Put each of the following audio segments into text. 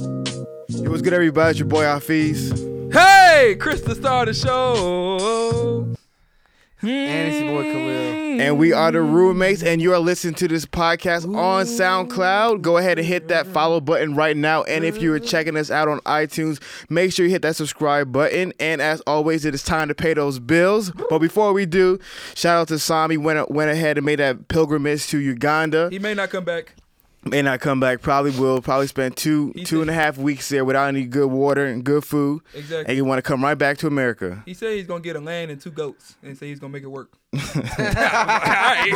It was good, everybody? It's your boy Hafiz. Hey, Chris, the star of the show. And it's your boy Khalil. And we are the roommates, and you are listening to this podcast on SoundCloud. Go ahead and hit that follow button right now. And if you are checking us out on iTunes, make sure you hit that subscribe button. And as always, it is time to pay those bills. But before we do, shout out to Sami went went ahead and made that pilgrimage to Uganda. He may not come back. May not come back. Probably will. Probably spend two He two said- and a half weeks there without any good water and good food. Exactly. And you want to come right back to America. He said he's gonna get a land and two goats, and say he's gonna make it work. All right.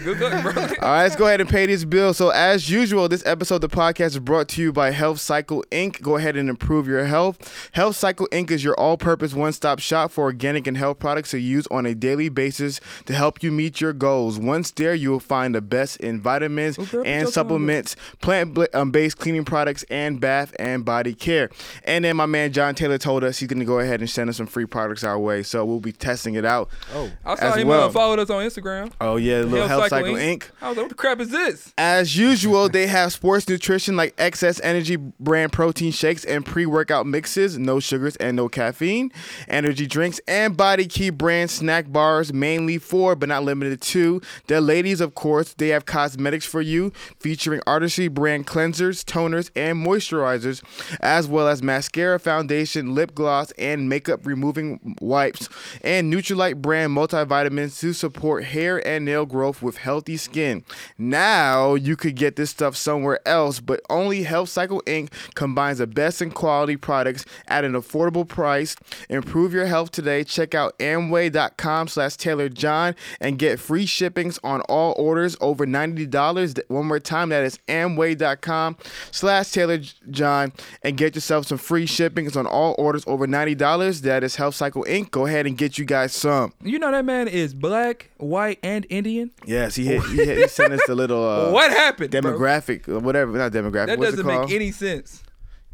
Good luck, bro. All right, let's go ahead and pay this bill. So, as usual, this episode of the podcast is brought to you by Health Cycle Inc. Go ahead and improve your health. Health Cycle Inc. is your all purpose one stop shop for organic and health products to use on a daily basis to help you meet your goals. Once there, you will find the best in vitamins girl, put your phone and down. supplements, plant bl- um, based cleaning products, and bath and body care. And then my man John Taylor told us he's going to go ahead and send us some free products our way. So, we'll be testing it out. Oh, I saw him uh, followed us on Instagram. Oh, yeah, little Health, Cycle Inc. I was like, what the crap is this? As usual, they have sports nutrition like excess energy brand protein shakes and pre workout mixes, no sugars and no caffeine, energy drinks, and Body Key brand snack bars, mainly for but not limited to. The ladies, of course, they have cosmetics for you featuring Artistry brand cleansers, toners, and moisturizers, as well as mascara, foundation, lip gloss, and makeup removing wipes, and Nutrilite brand multivitamins to support hair and nail growth with healthy skin. Now you could get this stuff somewhere else, but only Health Cycle Inc. combines the best in quality products at an affordable price. Improve your health today. Check out Amway.com slash Taylor John and get free shippings on all orders over $90. Th- One more time, that is Amway.com slash Taylor John and get yourself some free shippings on all orders over $90. That is Health Cycle Inc. Go ahead and get you guys some. You know that man is black, white, and Indian. Yes, he, hit, he, hit, he sent us a little... Uh, what happened? bro? demographic, or whatever, not demographic. That What's doesn't it called? make any sense.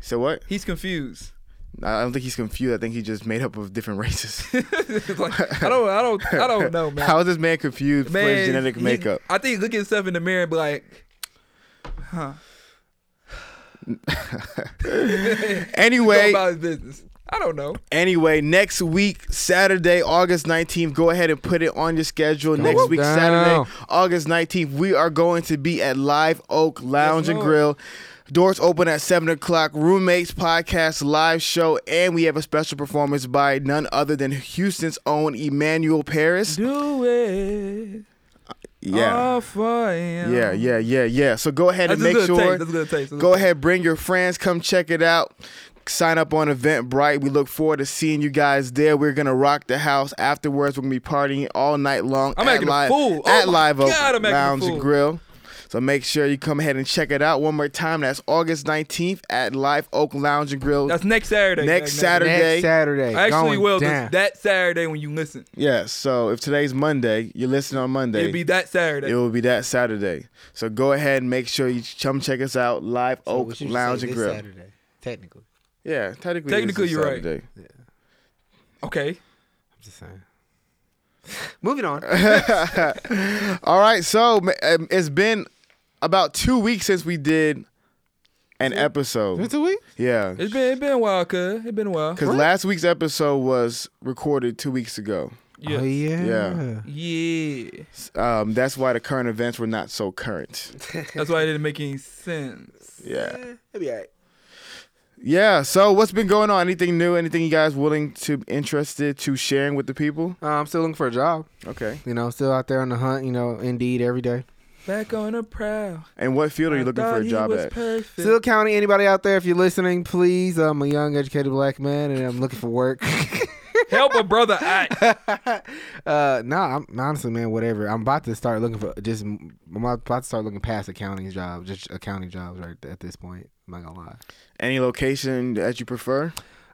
so what? He's confused. I don't think he's confused. I think he just made up of different races. It's like, I don't, I don't, I don't know, man. How is this man confused for his genetic he- makeup? I think he look at himself in the mirror and be like, huh. Go Anyway, about his business. I don't know. anyway, next week, Saturday, August 19th, go ahead and put it on your schedule. next week, down. Saturday, August 19th, we are going to be at Live Oak Lounge and Lord. Grill. Doors open at 7 o'clock, roommates podcast live show, and we have a special performance by none other than Houston's own Emmanuel Paris. Do it. Yeah. all for him. Yeah, yeah, yeah, yeah. So go ahead That's and a make good sure. taste. That's a good taste. That's a Go good ahead, bring your friends, come check it out. Sign up on Eventbrite. We look forward to seeing you guys there. We're gonna rock the house afterwards. We're gonna be partying all night long. I'm at acting a live, fool. Oh at my Live Oak God, I'm acting a Lounge and fool. Grill. So make sure you come ahead and check it out one more time. That's August 19th at Live Oak Lounge and Grill. That's next Saturday. Next Saturday. Next Saturday. I actually going will. 'cause down. That Saturday when you listen, yeah. So if today's Monday, you're listening on Monday. it'll be that Saturday. It will be that Saturday. So go ahead and make sure you come check us out live So we Oak should Oh, Lounge Oh, say and this Grill. Saturday, technically. Yeah, technically. Technically, it is you're right. Saturday. okay. I'm just saying. Moving on. All right, so ma- um, it's been about two weeks since we did an episode. It's a week. Yeah, It's been it's been a while, cuz. It's been a while. because last week's episode was recorded two weeks ago. Yeah. Oh Yeah. yeah. yeah. Um, that's why the current events were not so current. That's why it didn't make any sense. Yeah, It'll be all right. yeah. So what's been going on? Anything new? Anything you guys willing to interested to sharing with the people? Uh, I'm still looking for a job. Okay. You know, still out there on the hunt. You know, Indeed every day. Back on the prowl. And what field are you looking for a job at? Perfect. Still County. Anybody out there? If you're listening, please. I'm a young, educated black man, and I'm looking for work. Help a brother out. uh, nah, I'm honestly, man, whatever. I'm about to start looking for just. I'm about to start looking past accounting jobs, just accounting jobs, right at this point. I'm not gonna lie. Any location that you prefer?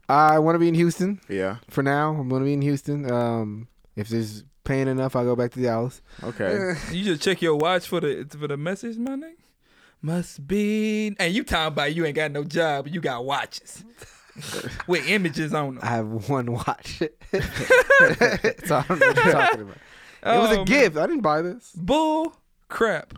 I want to be in Houston Yeah. for now. I'm gonna be in Houston. Um, if there's paying enough, I'll go back to Dallas. Okay. You just check your watch for the for the message, my nigga. Must be. And you talking about you ain't got no job, you got watches with images on I them. have one watch, so I don't know what you're talking about. it was a Oh, man. gift. I didn't buy this. Bull crap.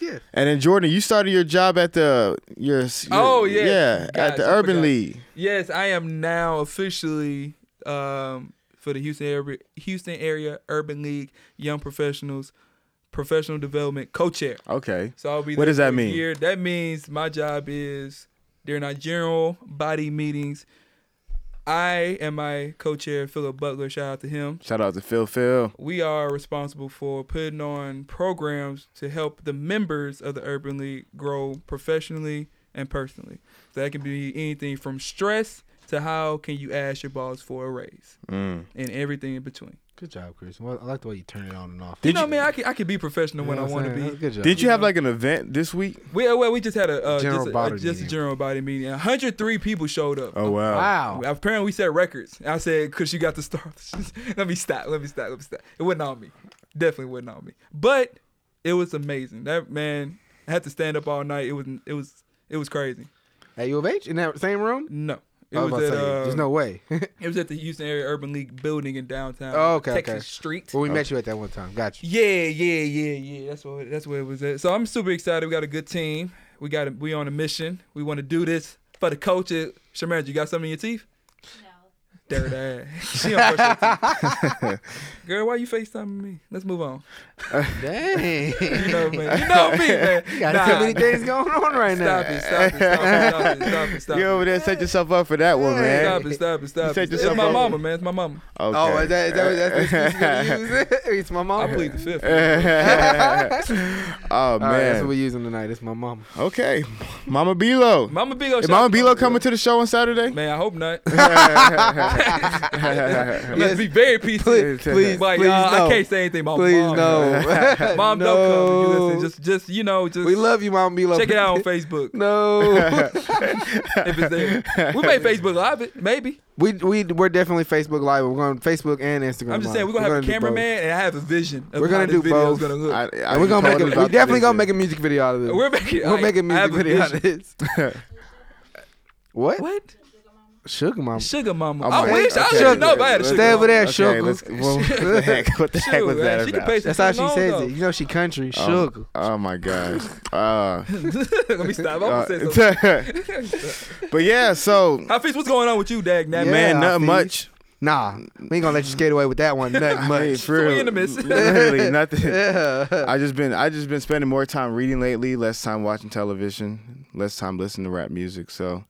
Yeah. And then Jordan, you started your job at the your, your Oh, yeah. yeah Guys, at the I Urban forgot. League. Yes, I am now officially um, for the Houston area, Houston area Urban League Young Professionals Professional Development Co-Chair. Okay. So I'll be. What there does that for a mean? year. That means my job is during our general body meetings. I and my co-chair Philip Butler, shout out to him. Shout out to Phil Phil. We are responsible for putting on programs to help the members of the Urban League grow professionally and personally. So that can be anything from stress to how can you ask your boss for a raise Mm. and everything in between. Good job, Chris. Well, I like the way you turn it on and off. You Did know, you- man, I can I can be professional when I want to be. Good job. Did you have like an event this week? We uh, well, we just had a uh, General just, a, body uh, just a meeting. general body meeting. 103 people showed up. Oh wow. Ah, Wow. Apparently, we set records. I said, "Cause you got the star." let me stop. Let me stop. Let me stop. It wasn't on me. Definitely wasn't on me. But it was amazing. That man I had to stand up all night. It was it was it was crazy. At U of H in that same room? No, it I was was, at about to say, uh, There's no way. it was at the Houston Area Urban League building in downtown Oh, okay, Texas okay. Street. well, we met you at that one time. Got you. Yeah, yeah, yeah, yeah. That's what that's where it was at. So I'm super excited. We got a good team. We got a, we on a mission. We want to do this for the coaches. Shamar, you got something in your teeth? No. Dirty ass. She don't brush her teeth. Girl, why you FaceTiming me? Let's move on. Dang. You know me. You know me, man. Got Nah. too many things going on right now. Stop it, stop it, stop it, stop it, stop You it. over there set yourself up for that one, man. Stop it, stop it, stop set it. It's yourself my up. mama, man. It's my mama. Okay. Oh, is that, is that that's the excuse you're gonna use? it's my I mom. plead the fifth. oh All right, that's man. what we're using tonight. It's my mom. okay. Mama Bilo. Mama Big O. Is Mama Bilo coming to the show on Saturday? Man, I hope not. Yes. Let's be very peaceful. Please, please, But please y'all, no. I can't say anything about Please mom. no. Mom, no. don't come. You listen, just, just you know, just we love you, Mom Milo. check it out on Facebook No, if it's there. We may Facebook live it, maybe. we we we're definitely Facebook Live. We're going Facebook and Instagram. I'm just Live. saying we're gonna have a do both. cameraman and I have a vision of We're how gonna this do video is both. gonna look. I- I And we're gonna told make him a, about we the definitely gonna make vision. a music video out of this. we're making We'll I- make a I music have video out of vision. this. What? What? Sugar Mom. Sugar mama. I'm I like, wish I okay, didn't know if I had a let's- sugar Stay over mama. there, Okay, Sugar. let's, well, what the heck? What the heck was Sugar, that She can about? pay some That's how she alone, says though. it. You know she country. Oh, Sugar. Oh, my gosh. Uh, Let me stop. I'm uh, gonna say something. but yeah, so Hafiz, what's going on with you, Dag? Nabbit? Yeah, man, Hafiz. nothing much. Nah, we ain't gonna let you skate away with that one. Nothing I mean, much. for we real, in the midst. literally nothing. Yeah. I just been I just been spending more time reading lately, less time watching television, less time listening to rap music. So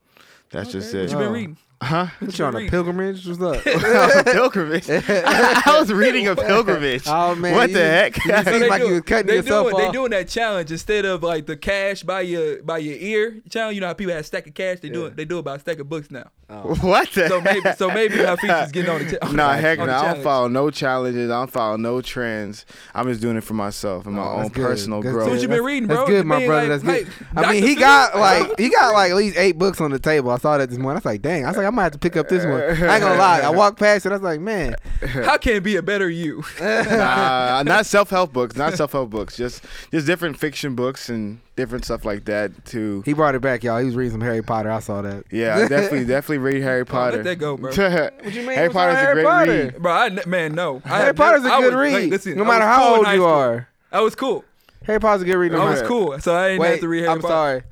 that's just What it. you Oh. been reading? Huh? What you on a pilgrimage? What's up? pilgrimage. I was reading a pilgrimage. Oh man, what you the just- heck? You just So seem they like do- you was cutting they yourself doing, They off. doing that challenge instead of like the cash by your by your ear challenge. You know how people have a stack of cash. They do it. They do about a stack of books now. Oh. what the So maybe heck? so maybe Hafiz is getting on the. Cha- on Nah, the- heck no. on the I don't challenge. follow no challenges. I don't follow no trends. I'm just doing it for myself and my Oh, own that's good. personal That's So growth. what you been reading, bro? That's good, my Being brother. like- that's good. like I mean, Dr. he got Seuss, like he got like at least eight books on the table. I saw that this morning. I was like, dang. I was like, I might have to pick up this one. I ain't gonna lie. I walked past it. I was like, man. How can it be a better you? nah, not self help books. Not self help books. Just just different fiction books and different stuff like that too. He brought it back, y'all. He was reading some Harry Potter. I saw that. Yeah, I definitely definitely read Harry Oh, let Potter. that go, bro. what you mean? Harry What's wrong Potter's with a Harry great Potter? read. Bro, I, ne- man, no. I Harry have Potter's a never- I good was- read. like, listen, no I matter was how cool in old high you school. are, I was cool. Harry Potter's a good read. No I was matter. cool, so I didn't have Wait, to read Harry I'm Potter. sorry.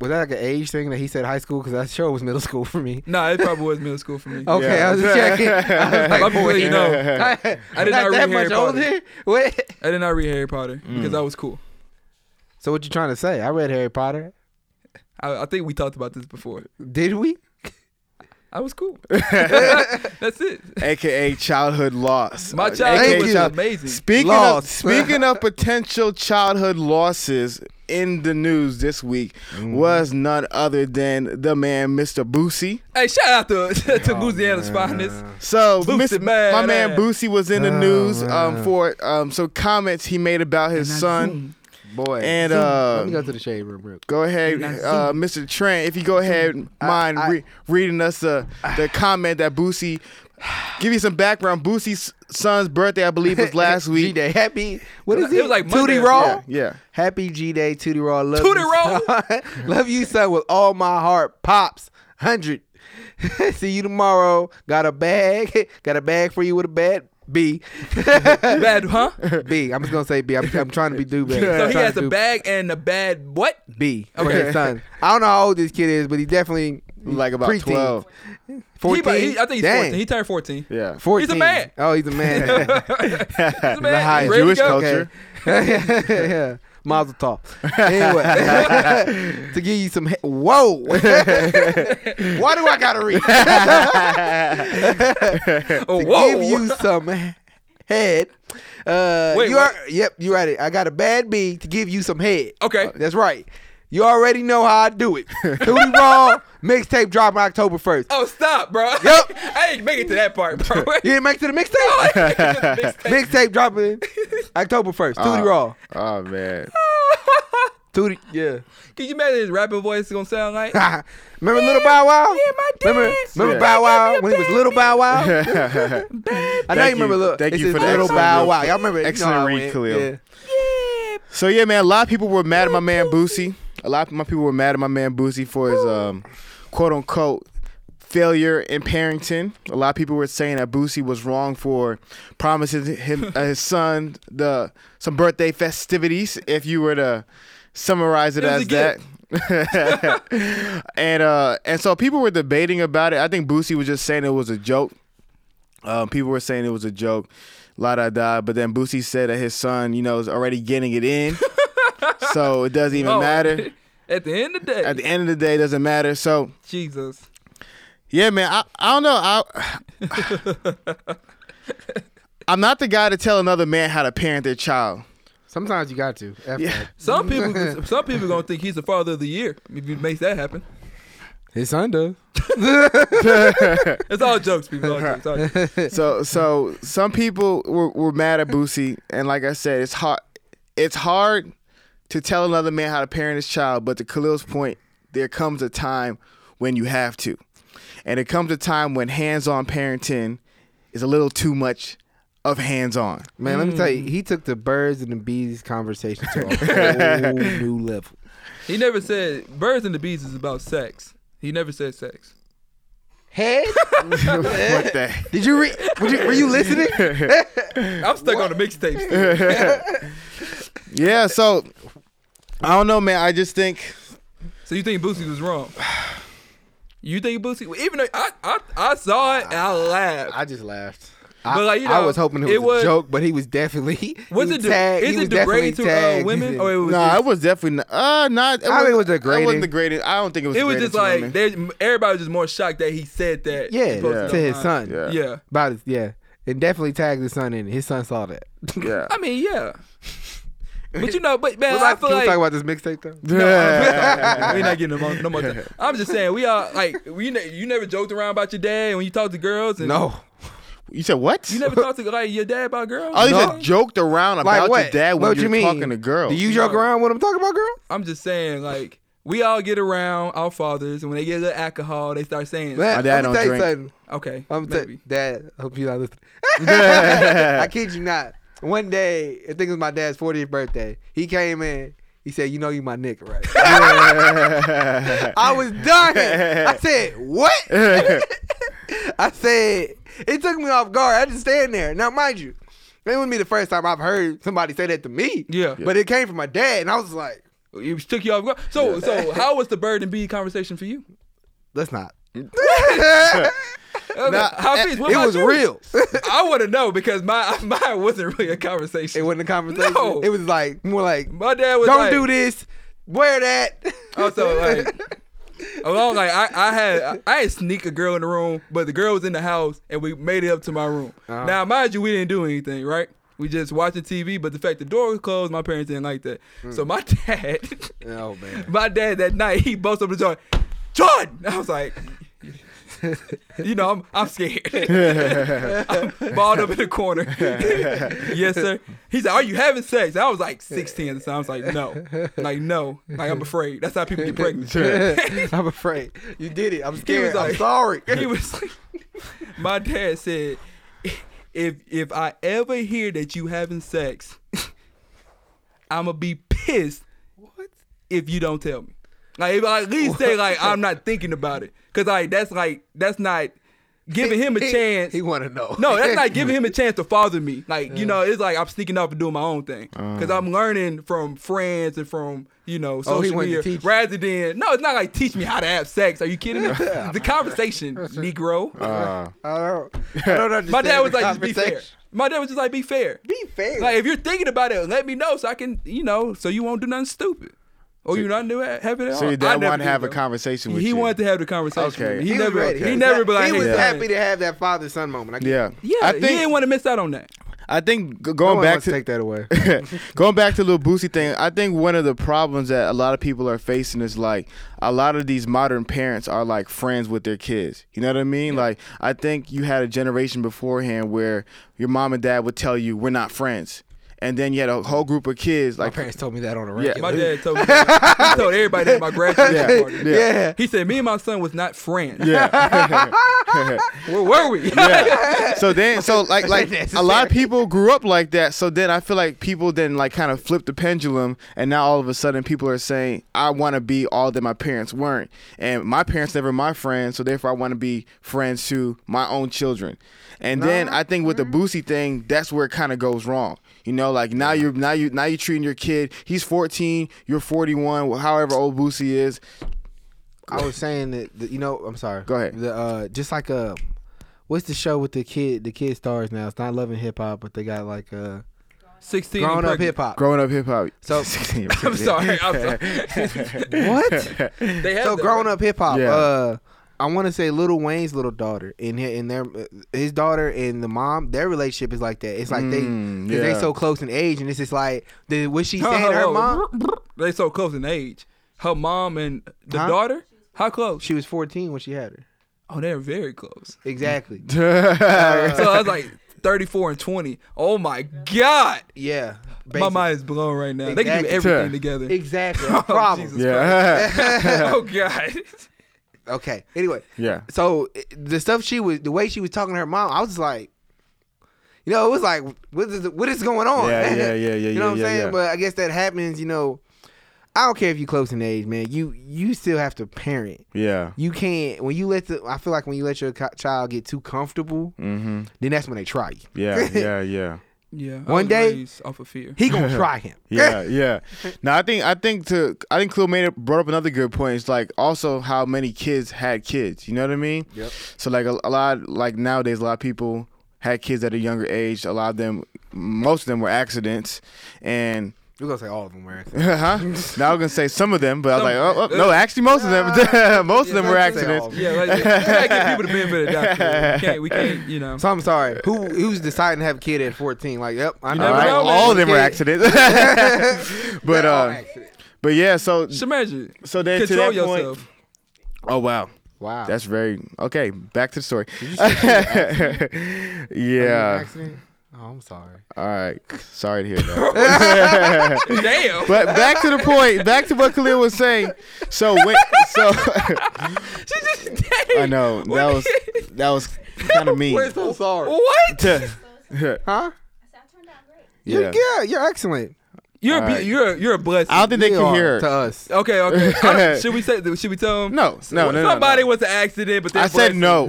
Was that like an age thing that he said high school? Because that show was middle school for me. Nah, it probably was middle school for me. Okay, Yeah. I was just checking. I was like, Let me let you know. I did not not read that Harry much Potter. older. Mm. What? I did not read Harry Potter because I was cool. So what you trying to say? I read Harry Potter. I, I think we talked about this before. Did we? I was cool. That's it. AKA childhood loss. My Uh, childhood AKA you. was child- amazing. Speaking Lost. of speaking of potential childhood losses in the news this week Mm-hmm. was none other than the man Mr. Boosie. Hey, shout out to, to Oh, Louisiana's finest. So Boosie, Miss- man, my man eh. Boosie was in the Oh, news um, man. for um, some comments he made about his son. Boy. And, uh, let me go to the shade room real quick. Go ahead, And I uh, Mr. Trent. If you go ahead, mind I- re- reading us the the comment that Boosie. Give you some background. Boosie's son's birthday, I believe, was last week. G-Day. Happy. What It is was- it was like Monday. Tootie Raw. Yeah, yeah. Happy G Day, Tootie Raw. Love Tootie you, Raw. Love you, son, with all my heart. Pops, 100. See you tomorrow. Got a bag. Got a bag for you with a bad B. Bad, huh? B. I'm just gonna say B. I'm, I'm trying to be do better. So I'm he trying has to a do bag and a bad what? B for Okay. his son. I don't know how old this kid is, but he definitely Like about preteen. 12. He, 14. about- he, I think he's Dang. 14. He turned 14. Yeah. 14. man. Oh, he's a man. He's a man. high Ready to Jewish go. culture. Okay. yeah. Mazel tov. Anyway, to give you some. He- Whoa. Why do I gotta read? Oh, to whoa. give you some he- head. Uh, Wait, you are, yep, you read it. I got a bad B to give you some head. Okay. that's right. You already know how I do it. Duty wrong. Mixtape dropping October first. oh, stop, bro. Yup. I ain't make it to that part, bro. You didn't make it to the mixtape. Mixtape. mixtape dropping October first. Duty Uh, raw. Oh man. Duty. Yeah. Can you imagine his rapping voice is gonna sound like? remember Little Bow Wow? yeah, my dad. Remember, remember Yeah. Bow Wow when he was Little Bow Wow? I know you Thank remember you. Little. Thank it's you his for the Little excellent Bow read. Wow. Y'all remember? you know Excellent how I read, went. Khalil. Yeah. So yeah, man, a lot of people were mad at my man Boosie. A lot of my people were mad at my man Boosie for his um, quote unquote failure in parenting. A lot of people were saying that Boosie was wrong for promising him uh, his son the some birthday festivities. If you were to summarize it, It was as a gift. that. and uh and so people were debating about it. I think Boosie was just saying it was a joke. Um, people were saying it was a joke, la da da. But then Boosie said that his son, you know, is already getting it in, so it doesn't even Oh, matter. At the end of the day, At the end of the day, it doesn't matter. So Jesus. yeah, man, I, I don't know. I I'm not the guy to tell another man how to parent their child. Sometimes you got to. F Yeah. that. Some people, some people gonna think he's the father of the year if he makes that happen. His son does. It's all jokes, people. All jokes, all jokes. So so some people were, were mad at Boosie, and like I said, it's hard. It's hard to tell another man how to parent his child, but to Khalil's point, there comes a time when you have to, and it comes a time when hands-on parenting is a little too much of hands-on. Man, let me tell Mm. you, he took the birds and the bees conversation to a whole new level. He never said birds and the bees is about sex. He never said sex. Head? What the? Did you read? Were you, were you listening? I'm stuck on the mixtapes. still. Yeah. So I don't know, man. I just think so you think Boosie was wrong? You think Boosie? Even though I, I, I saw it and I laughed. I just laughed. I, But, like, you I know, was hoping it was, it was- a joke, but he was definitely he was was it de- tagged- he is was it degrading definitely to uh, tagged. women or it was no, just- it was definitely not, uh not. I think it was It degrading. wasn't degrading. I don't think it was. It was degrading just to like women. there's everybody was just more shocked that he said that. yeah, He posted to it his online. son. Yeah. Yeah. About his, yeah, and definitely tagged his son in. it. His son saw that. yeah. I mean, yeah. But you know, but man, We're I like, feel can we like talk about this mixtape though? No, I'm- we're not getting no more, no more time. I'm just saying we are like we ne- you never joked around about your dad when you talk to girls and No, You said what? you never talked to like your dad about girls. Oh, you No. just joked around like about what? your dad when what you're you mean? talking to girls. Do you joke No. around when I'm talking about girls? I'm just saying like we all get around our fathers and when they get a little alcohol they start saying Man, My dad don't I'ma tell you drink. something. okay I'm maybe. t- dad. I hope you're not listening. Uh, I kid you not. One day, I think it was my dad's 40th birthday. He came in. He said, "You know you my nigga, right?" I was dying. I said, "What?" I said, "It took me off guard." I just stand there. Now, mind you, it wouldn't be the first time I've heard somebody say that to me. Yeah. but it came from my dad, and I was like, it took you off guard. So so how was the bird and bee conversation for you? "Let's not." Nah, how it- it, eh, it was real. I want to know because my mine wasn't really a conversation. It wasn't a conversation. No. It was like more like my dad was don't like, do this. Wear that. Also, like, along, like I, I had, I, I had sneak a girl in the room, but the girl was in the house, and we made it up to my room. Uh-huh. Now, mind you, we didn't do anything, right? We just watching TV, but the fact the door was closed, my parents didn't like that. So my dad, oh man. my dad that night, he busts up the door, John. I was like, you know, I'm, I'm scared. I'm balled up in the corner. yes, sir. He said, "Are you having sex?" I was like 16 at the time. I was like, "No, like no, like I'm afraid." That's how people get pregnant. I'm afraid. You did it. I'm He was scared. like, I'm sorry. He was like, my dad said, if if I ever hear that you having sex, I'ma be pissed. If you don't tell me, like if I at least say like I'm not thinking about it, cause like that's like that's not giving him a He- chance. He want to know. No, that's not giving him a chance to father me. Like you know, it's like I'm sneaking up and doing my own thing because I'm learning from friends and from you know Uh. Oh, he social wanted to media. teach you. rather than no, it's not like teach me how to have sex. Are you kidding me? the conversation, Negro. Uh, I don't. I don't understand. My dad was the like, just be fair. conversation. My dad was just like, be fair. Be fair. Like if you're thinking about it, let me know so I can you know so you won't do nothing stupid. Or you not do it, have it at so all. your I dad never wanted to did, have a bro. conversation with He you. wanted to have the conversation. Okay. with me. He, was never, ready. he never, but he like, was hey, happy son. to have that father son moment. I Yeah. Yeah, I he didn't think want to miss out on that. I think g- Going going back to take that away. going back to the Boosie thing, I think one of the problems that a lot of people are facing is like a lot of these modern parents are like friends with their kids. You know what I mean? Like I think you had a generation beforehand where your mom and dad would tell you we're not friends, and then you had a whole group of kids My like parents told me that on a Yeah. My regular. dad told me. That. He told everybody that at my graduation Yeah. party. Yeah. yeah. He said, "Me and my son was not friends. yeah. Where were we? yeah. So then, so like, like a lot Necessary. of people grew up like that. So then, I feel like people then like kind of flipped the pendulum, and now all of a sudden, people are saying, "I want to be all that my parents weren't," and my parents never my friends, so therefore, I want to be friends to my own children. And then I think with the Boosie thing, that's where it kind of goes wrong. You know, like now you're now you now you're treating your kid. He's 14, you're 41, however old Boosie is. I was saying that, that- you know. I'm sorry. Go ahead. The, uh, just like uh, what's the show with the kid? The kid stars now. It's not loving hip hop, but they got like uh, Sixteen. and grown up pregnant. hip hop. Growing up hip hop. So- I'm sorry. I'm sorry. what? They have so that, grown right? up hip hop. Yeah. Uh, I want to say Little Wayne's little daughter and hi- and their his daughter and the mom. Their relationship is like that. It's like they Mm, 'cause they yeah. so close in age, and it's just like did, was she Huh, saying huh, her huh. mom? They so close in age. Her mom and the Huh? daughter. How close? She was 14 when she had her. Oh, they're very close. Exactly. So I was like 34 and 20. Oh my God. Yeah. My Basic. mind is blown right now. They can do Exactly. everything together. Exactly. Oh, Problem. Jesus. yeah. oh God. Okay. Anyway. Yeah. So i- the stuff she was, the way she was talking to her mom, I was just like, you know, it was like, what is, what is going on? Yeah, yeah, yeah, yeah, you know yeah, what I'm yeah, saying? yeah. But I guess that happens. You know, I don't care if you close in age, man. You you still have to parent. Yeah. You can't when you let the. I feel like when you let your co- child get too comfortable, Mm-hmm. then that's when they try you. Yeah, yeah, yeah. Yeah. I One was day- raised off of fear. He gonna try him. Yeah, yeah. Now I think I think to I think Clue made it brought up another good point. It's like also how many kids had kids. You know what I mean? Yep. So like a, a lot like nowadays a lot of people had kids at a younger age. A lot of them, most of them were accidents, and We're gonna say all of them were. accidents. huh? now I'm gonna say some of them, but I was like, oh, oh, no, actually most of them, most of them were Yeah, that's- accidents. Yeah, like, we gotta give people the benefit of the doubt. man. We can't, we can't, you know. So I'm sorry. Who who's deciding to have a kid at 14? Like, yep, You I All know. never right, know, man. all of them were Yeah. accidents. but They're all uh, accidents. but yeah. So Just imagine. so then to Control that yourself. point. Oh wow. wow. That's very okay. Back to the story. yeah. yeah. Oh, I'm sorry. All right. Sorry to hear that. Damn. But back to the point. Back to what Khalil was saying. So when, so She just dang. I know that was that was kind of mean. We're so sorry. What? To- Huh? So I turned out great. yeah. Yeah. yeah, you're excellent. You're a All be- right. you're a- you're a blessing. I don't think they You can are hear. to her. us. okay, okay. I don't- should we say? Should we tell them? No, no, no, no, no. Somebody was an accident, but they're I said no. blessed.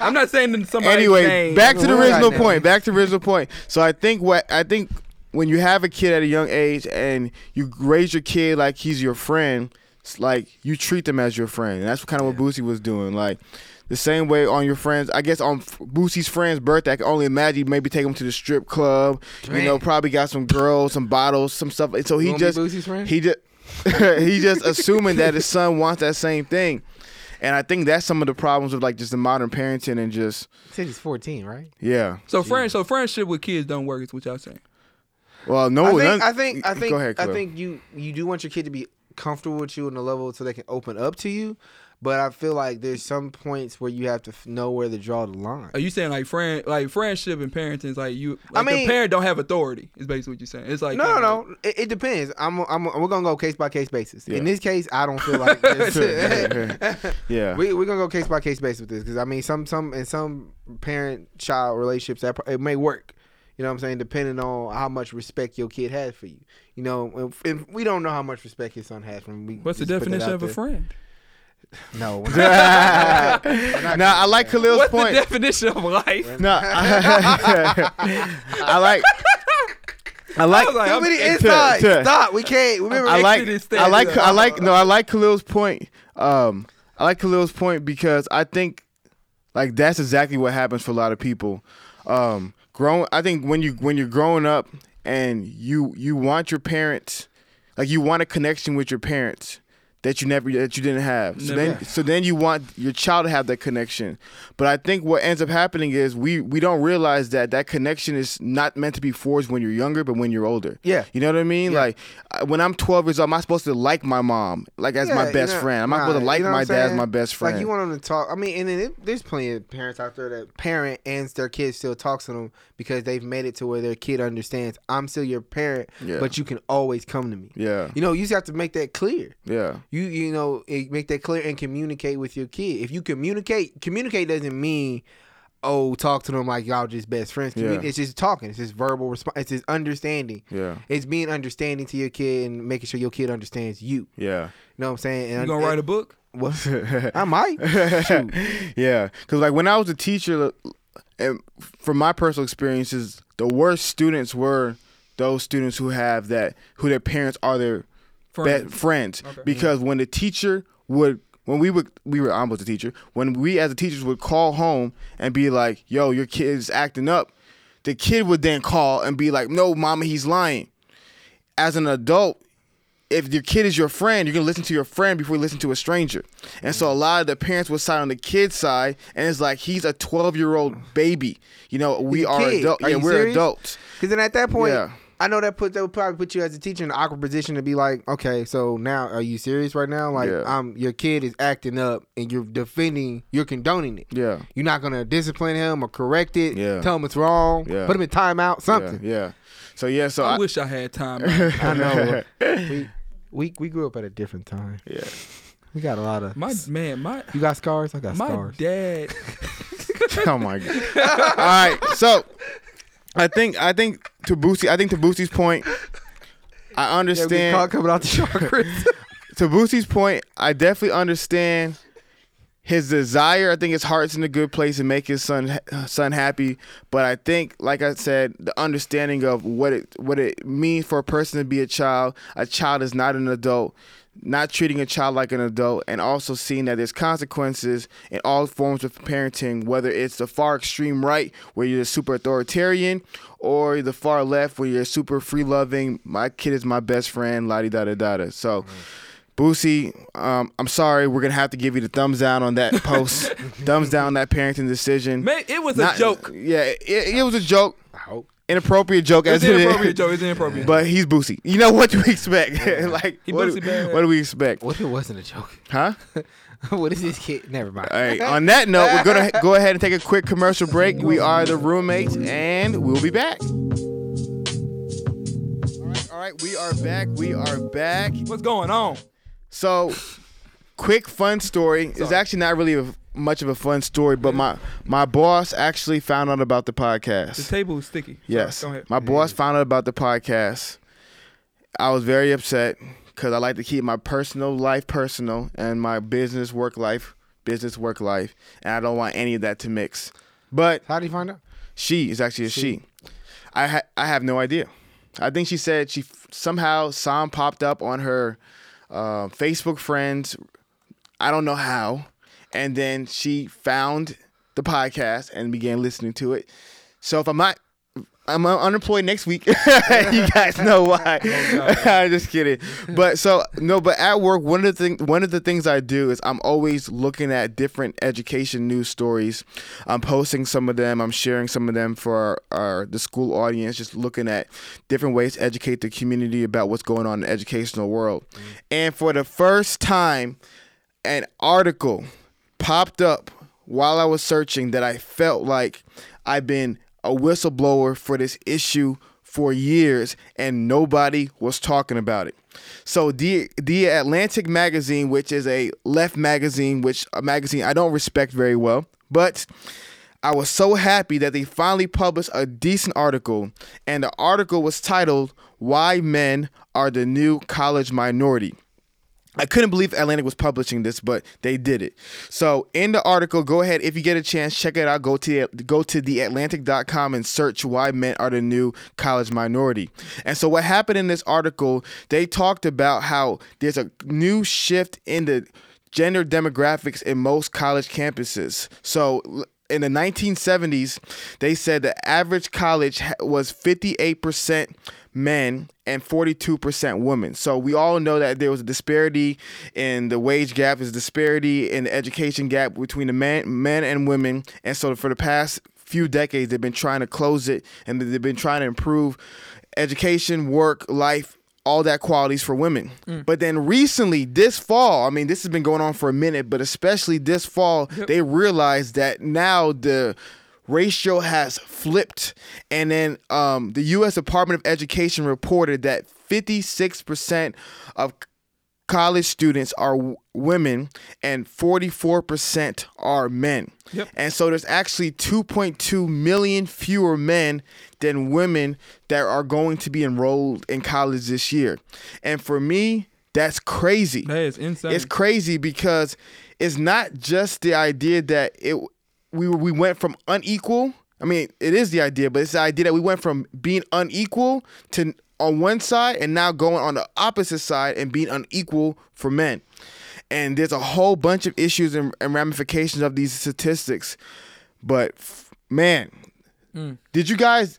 I'm not saying that somebody. anyway, back to the Right original now. point. Back to the original point. So I think what I think when you have a kid at a young age and you raise your kid like he's your friend, it's like you treat them as your friend. And that's kind of what Boosie was doing. Like the same way on your friends, I guess on F- Boosie's friend's birthday, I can only imagine you maybe take him to the strip club. You know, probably got some girls, some bottles, some stuff. And so You he wanna be just Boosie's friend? he just he just assuming that his son wants that same thing. And I think that's some of the problems of like just the modern parenting and just Said he's 14, right? yeah. So friend, so friendship with kids don't work. Is what y'all saying? Well, no, I think, none- I think, I think, Oh, Go ahead, I Khalil. think you you do want your kid to be comfortable with you on a level so they can open up to you. But I feel like there's some points where you have to f- know where to draw the line. Are you saying like friend, like friendship and parenting is like you? Like mean- the parent don't have authority. Is basically what you're saying. It's like No, no, no. It, it depends. I'm, I'm, we're gonna go case by case basis. Yeah. In this case, I don't feel like this. yeah, we, we're gonna go case by case basis with this because I mean, some, some, in some parent child relationships that pro- it may work. You know what I'm saying? Depending on how much respect your kid has for you. You know, and, and we don't know how much respect his son has from. We What's the just put that definition of out a there. friend? No. we're nah, not- we're not gonna I do like that. Khalil's What's point. the definition of life? no, I, like. I like. I was like, Too I'm- many to- insides. to- Stop. We can't. Remember, I like. Exodus I like. stanza. I like. No, I like Khalil's point. Um, I like Khalil's point because I think, like, that's exactly what happens for a lot of people. Um, grown. I think when you when you're growing up and you you want your parents, like, you want a connection with your parents that you never that you didn't have. So Never. then so then you want your child to have that connection. But I think what ends up happening is we we don't realize that that connection is not meant to be forged when you're younger, but when you're older. Yeah. You know what I mean? Like I- when I'm 12 years old, am I supposed to like my mom like as Yeah, my you best know- friend? Am I nah, supposed to you like know what my I'm dad as saying? my best friend? Like you want them to talk. I mean, and then it, there's plenty of parents out there that parent and their kid still talks to them because they've made it to where their kid understands. I'm still your parent, Yeah. but you can always come to me. yeah. You know, you just have to make that clear. Yeah. You you know eh, make that clear and communicate with your kid. If you communicate, communicate doesn't mean oh talk to them like y'all just best friends. Commun- Yeah. It's just talking. It's just verbal response. It's just understanding. Yeah. It's being understanding to your kid and making sure your kid understands you. Yeah. You know what I'm saying? And You gonna write a book? what? I might. Shoot. yeah, because like when I was a teacher, and from my personal experiences, the worst students were those students who have that who their parents are their friends, Friends. friends. because when the teacher would. When we would, we were. I was a teacher. When we, as the teachers, would call home and be like, "Yo, your kid's acting up," the kid would then call and be like, "No, mama, he's lying." As an adult, if your kid is your friend, you're gonna listen to your friend before you listen to a stranger. And so a lot of the parents will side on the kid's side, and it's like he's a 12 year old baby. You know, we He's a are kid. adults. Are Yeah, you we're serious? adults. Because then at that point, Yeah. I know that put that would probably put you as a teacher in an awkward position to be like, okay, so now are you serious right now? Like, Yeah. um, your kid is acting up and you're defending, you're condoning it. Yeah, You're not gonna discipline him or correct it. Yeah. Tell him it's wrong. Yeah. Put him in yeah, timeout. Something. yeah. So yeah, so I, I, wish I had time. man. I know. we, we we grew up at a different time. yeah, We got a lot of. my man, my you got scars. I got my scars. dad. oh my god. All right, so I think I think to Boosie, I think to Boosie's point, I That'd be caught understand. coming out the chakras. to Boosie's point, I definitely understand his desire. I think his heart's in a good place and make his son son happy. But I think, like I said, the understanding of what it what it means for a person to be a child. A child is not an adult. Not treating a child like an adult, and also seeing that there's consequences in all forms of parenting, whether it's the far extreme right where you're super authoritarian, or the far left where you're super free loving. My kid is my best friend, la di da da da. da. So. Boosie, um, I'm sorry. We're gonna have to give you the thumbs down on that post. thumbs down on that parenting decision. Man, it was a Not- joke. Yeah, it, it was a joke. I hope. Inappropriate joke as It's it inappropriate, is. Joe. It's inappropriate. But he's Boosie. You know what do we expect? like He what, Boosie bad. what do we expect? What if it wasn't a joke? Huh? what is this kid? Never mind. All right. On that note, we're gonna go ahead and take a quick commercial break. We are the roommates, and we'll be back. All right, all right. We are back. We are back. What's going on? So, quick fun story. It's actually not really a, much of a fun story, but my my boss actually found out about the The podcast. table is sticky. Mm-hmm. Sorry, Yes, Go ahead. my boss found out about the podcast. I was very upset because I like to keep my personal life personal and my business work life business work life, and I don't want any of that to mix. But How do you find out? she is actually a she. I ha- I have no idea. I think she said she f- somehow Sam popped up on her uh, Facebook friends. I don't know how, and then she found the podcast and began listening to it. So if I'm not. I'm un- unemployed next week. you guys know why. I'm just kidding. But so no, but at work, one of the thing, one of the things I do is I'm always looking at different education news stories. I'm posting some of them. I'm sharing some of them for our, our the school audience. Just looking at different ways to educate the community about what's going on in the educational world. And for the first time, an article popped up while I was searching that I felt like I've been a whistleblower for this issue for years and nobody was talking about it. So the the Atlantic magazine, which is a left magazine, which a magazine I don't respect very well, but I was so happy that they finally published a decent article, and the article was titled "Why Men Are the New College Minority." I couldn't believe Atlantic was publishing this, but they did it. So in the article, go ahead if you get a chance, check it out. Go to go to theatlantic.com and search why men are the new college minority. And so what happened in this article, they talked about how there's a new shift in the gender demographics in most college campuses. So l- in the 1970s, they said the average college ha- was 58% men and 42% women. So we all know that there was a disparity in the wage gap, there's a disparity in the education gap between the men, men and women. And so for the past few decades, they've been trying to close it and they've been trying to improve education, work, life, all that qualities for women. But then recently, this fall, I mean, this has been going on for a minute, but especially this fall, they realized that now the ratio has flipped. And then um, the U.S. Department of Education reported that 56% of c- college students are w- women and 44% are men. Yep. And so there's actually 2.2 million fewer men than women that are going to be enrolled in college this year. And for me, that's crazy. That is insane. It's crazy because it's not just the idea that it we we went from unequal. I mean, it is the idea, but it's the idea that we went from being unequal to on one side and now going on the opposite side and being unequal for men. And there's a whole bunch of issues and, and ramifications of these statistics. But f- man, did you guys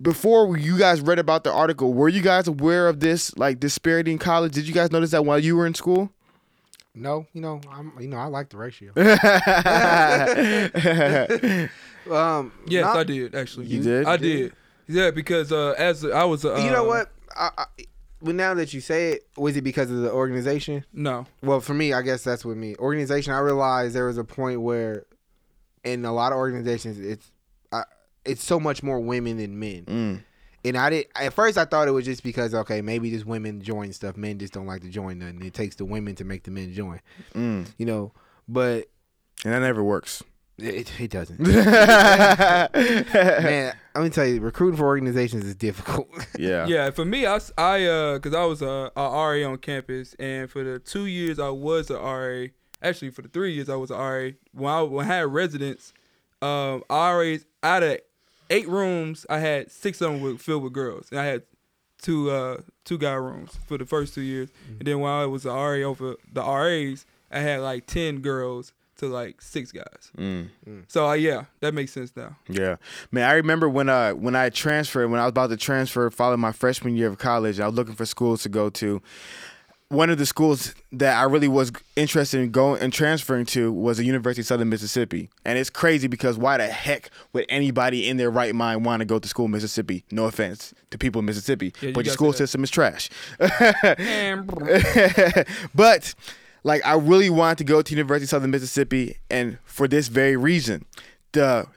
before you guys read about the article? Were you guys aware of this like disparity in college? Did you guys notice that while you were in school? No, you know, I'm, you know, I like the ratio. yeah, Um, Yes, not- I did actually. You did? I did. Yeah, because uh, as a, I was a, uh, You know what? I, I, well, now that you say it, was it because of the organization? No, Well, for me, I guess that's with me. Organization, I realized there was a point where, in a lot of organizations, it's I, it's so much more women than men. Mm. And I did at first. I thought it was just because okay, maybe just women join stuff. Men just don't like to join nothing. It takes the women to make the men join. Mm. You know, but and that never works. it, it doesn't. yeah, Man, I'm gonna tell you, recruiting for organizations is difficult. yeah. For me, I, s- I, uh, cause I was a, a RA on campus, and for the two years I was a RA, actually for the three years I was a RA. When I, when I had residents, um, RAs out of eight rooms, I had six of them were filled with girls, and I had two, uh, two guy rooms for the first two years, Mm-hmm. and then while I was a RA over the RAs, I had like ten girls to like six guys. Mm. So uh, yeah, that makes sense now. Yeah, man. I remember when uh when I transferred, when I was about to transfer, following my freshman year of college, I was looking for schools to go to. One of the schools that I really was interested in going and transferring to was the University of Southern Mississippi, and it's crazy because why the heck would anybody in their right mind want to go to school in Mississippi? No offense to people in Mississippi, Yeah, you but gotta your say school that. system is trash. And- but like I really wanted to go to University of Southern Mississippi and for this very reason. The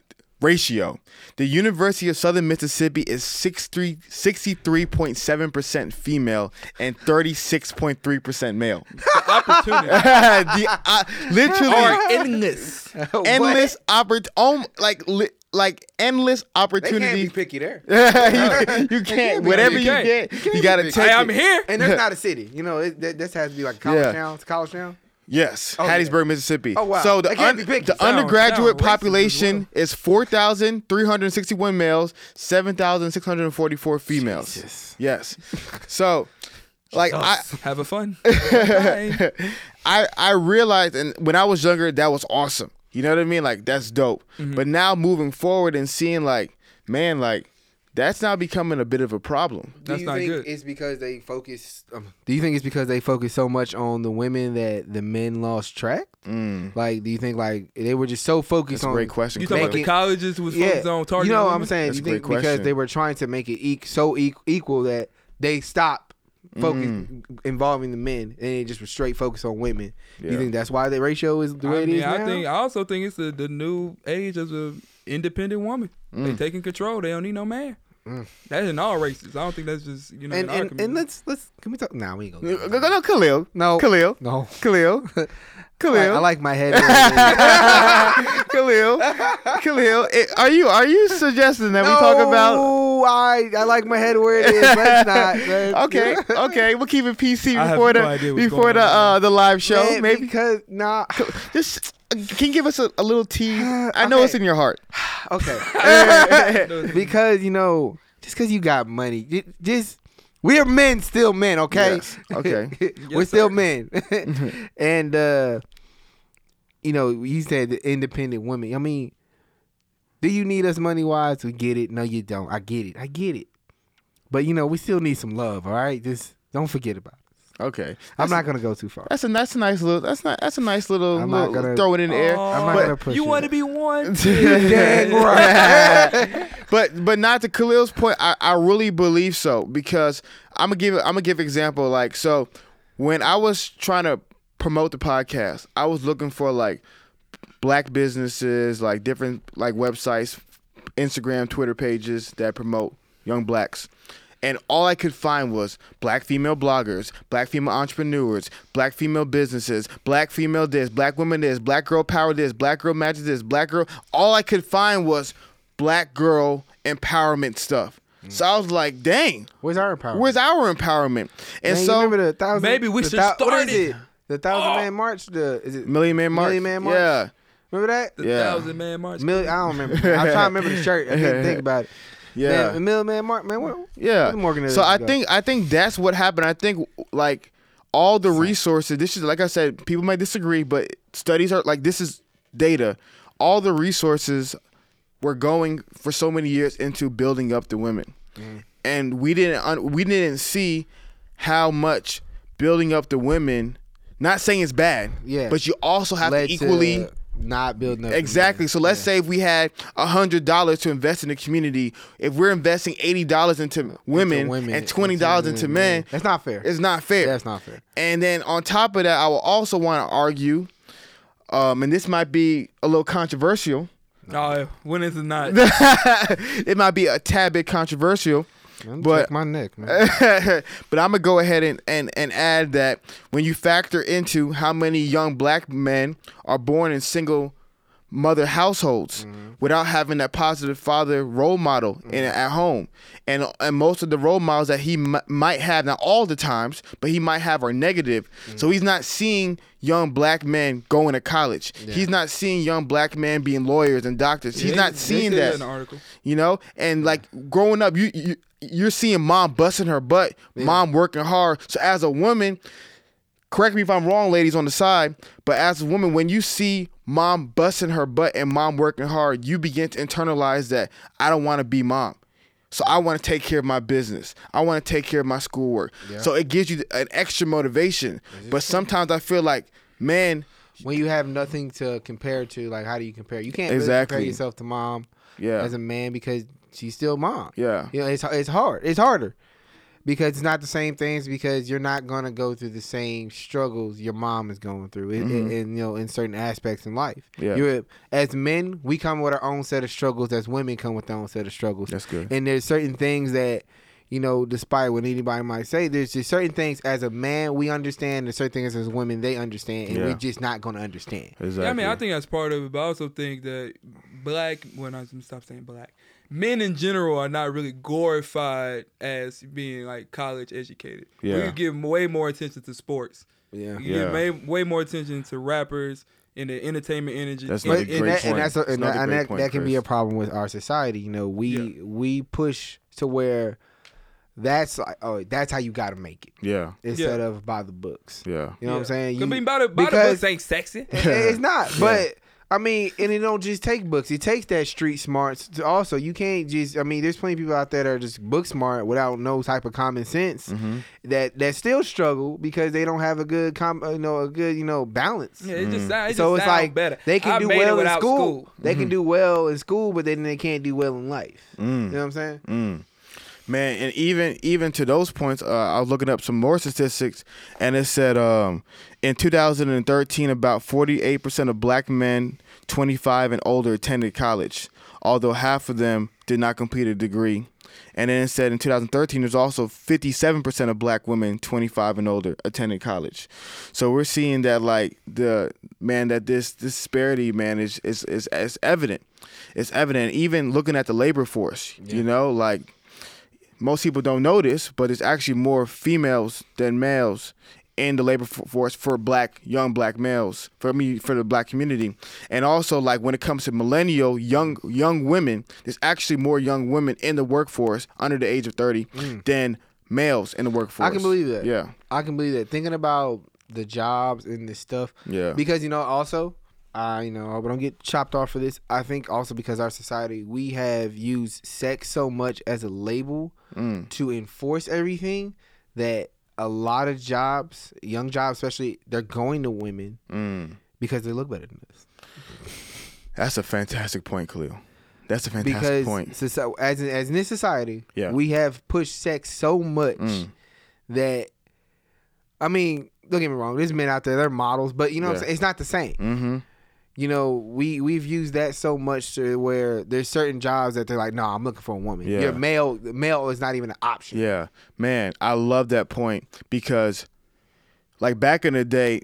ratio. The University of Southern Mississippi is 63 63.7% female and 36.3% male. opportunity. the, uh, literally endless. endless oppor- om- like li- like endless They can't be opportunity. picky there. you, you can't. be- Whatever you you, can't. get, you, gotta take Hey, it. I'm here. And there's not a city. You know, it, that, this has to be like college Yeah. town. It's a college town. Yes, Oh, Hattiesburg, Mississippi. Oh, wow. So the, They can't un- be picky. the Sound- undergraduate sound racist as population is 4,361 males, 7,644 females. Yes. So, like, I, Have a fun. I I realized, and when I was younger, that was awesome. You know what I mean? Like that's dope. Mm-hmm. But now moving forward and seeing, like, man, like that's now becoming a bit of a problem. Do That's you not think good. It's because they focus. Um, do you think it's because they focus so much on the women that the men lost track? Mm. Like, do you think like they were just so focused That's a on? great question. You talking about Clay. the colleges was focused on targeting you know what women? I'm saying? That's you a think great because question. they were trying to make it e- so e- equal that they stopped Mm. focus involving the men and it just was straight focus on women. Yeah. You think that's why the ratio is the way I, it mean, is I now? think I also think it's the, the new age as an independent woman. Mm. They taking control. They don't need no man. That's in all races. I don't think that's just you know. and in our and, and community. let's let's can we talk? Nah, we ain't gonna. No, Khalil. No. Khalil. No. Khalil. I, I Khalil, like my head. earlier. Khalil, Khalil. it- are you are you suggesting that we talk about? No, Oh, I I like my head where it is. Let's not. let's- okay, okay, we'll keep it I PC have before no the idea what's before going the on right uh, the live show. Man, Maybe because nah. just uh, can you give us a, a little tease. I know Okay. it's in your heart. Okay. because you know, just because you got money, j- just we are men, still men. Okay. Yes. Okay. We're Yes, sir. still men, and uh, you know, you said the independent women. I mean, do you need us money wise? We get it. No, you don't. I get it. I get it. But you know, we still need some love. All right, just don't forget about. It. Okay, I'm not gonna go too far. that's a that's a nice little that's not that's a nice little, I'm not little gonna- throw it in the air. I'm not but- gonna push Oh, you it. want to be one? Dang right. but but not to Khalil's point, I, I really believe so because I'm gonna give I'm gonna give example like so when I was trying to promote the podcast, I was looking for like black businesses, like different like websites, Instagram, Twitter pages that promote young blacks. And all I could find was black female bloggers, black female entrepreneurs, black female businesses, black female this, black women this, black girl power this, black girl magic this, black girl. All I could find was black girl empowerment stuff. So I was like, dang, Where's our power? where's our empowerment? And Man, you so remember the thousand, Maybe we the should thou- start What is it. it? The thousand man march. The is it? Million Man March. Million Man March? Yeah. Remember that? The Yeah. thousand man march. Mill, I don't remember. I'm trying to remember the shirt. I didn't think about it. Yeah. man, the middleman Mark. Man, where, Yeah. where them organizations So I go? think I think that's what happened. I think like all the resources. This is like I said. People might disagree, but studies are like this is data. All the resources were going for so many years into building up the women, Mm-hmm. and we didn't un- we didn't see how much building up the women. Not saying it's bad, Yeah. but you also have led to equally to not building up. Exactly. So let's say if we had hundred dollars to invest in the community, if we're investing eighty dollars into women, women, and twenty dollars into into men, That's not fair. it's not fair. That's not fair. And then on top of that, I will also want to argue, um, and this might be a little controversial. No, Oh, when is it not? it might be a tad bit controversial. Man, but- check my neck, man. but I'm gonna go ahead and, and, and add that when you factor into how many young black men are born in single mother households without having that positive father role model in at home, and and most of the role models that he m- might have not all the times, but he might have are negative. So he's not seeing young black men going to college. He's not seeing young black men being lawyers and doctors. He's not They seeing said that in the article. you know and like growing up you, you you're seeing mom busting her butt mom working hard so as a woman correct me if i'm wrong ladies on the side but as a woman when you see mom busting her butt and mom working hard you begin to internalize that i don't want to be mom so i want to take care of my business i want to take care of my schoolwork so it gives you an extra motivation but sometimes i feel like man when you have nothing to compare to, like, how do you compare? You can't Exactly. really compare yourself to mom yeah as a man because she's still mom. yeah You know, it's it's hard. It's harder because it's not the same things because you're not gonna go through the same struggles your mom is going through. In, in- in, you know, in certain aspects in life. Mm-hmm. Yeah. You're as men, we come with our own set of struggles. As women, come with their own set of struggles. That's good. And there's certain things that. You know, despite what anybody might say, there's just certain things as a man we understand, and certain things as women they understand, and Yeah. we're just not gonna understand. exactly Yeah, I mean, I think that's part of it, but I also think that black, well, not gonna stop saying black, men in general are not really glorified as being like college educated. Yeah. We give way more attention to sports. Yeah, You Yeah. give way, way more attention to rappers and the entertainment energy. That's in- another But great in- and, that, and point. that's a, It's and, another that, and great that, point, that can be Chris. a problem with our society. You know, we we push to where that's like oh that's how you got to make it yeah instead of by the books. yeah You know what I'm Yeah. saying? I You, mean, by the, by the because books ain't sexy. it- it's not. But I mean, and it don't just take books. It takes that street smarts to also. You can't just. I mean, there's plenty of people out there that are just book smart without no type of common sense Mm. Mm-hmm. that that still struggle because they don't have a good com. uh, You know, a good you know balance Yeah, it just, sound- it so just it's sound like better. they can I do made it well in without school. They can do well in school, but then they can't do well in life. You know what I'm saying? Mm. Man, and even even to those points, uh, I was looking up some more statistics, and it said um, in 2013, about 48 percent of black men 25 and older attended college, although half of them did not complete a degree. And then it said in 2013, there's also 57 percent of black women 25 and older attended college. So we're seeing that like the man, that this disparity, man, is is is, is evident. It's evident. Even looking at the labor force, you know, like most people don't notice, but it's actually more females than males in the labor f- force for black young black males for me for the black community and also like when it comes to millennial young young women there's actually more young women in the workforce under the age of 30 than males in the workforce Mm. I can believe that. yeah I can believe that. Thinking about the jobs and this stuff. Yeah. Because you know, also, I you know, but don't get chopped off for this. I think also because our society we have used sex so much as a label to enforce everything that a lot of jobs, young jobs especially, they're going to women because they look better than us. that's a fantastic point khalil that's a fantastic because point soci- as in, as in this society, Yeah. Mm. we have pushed sex so much that I mean, don't get me wrong, there's men out there, they're models, but you know, what I'm Yeah. saying? it's not the same. mm-hmm You know, we we've used that so much to where there's certain jobs that they're like, no, I'm looking for a woman. Yeah. Your male male is not even an option. Yeah, man, I love that point because, like back in the day,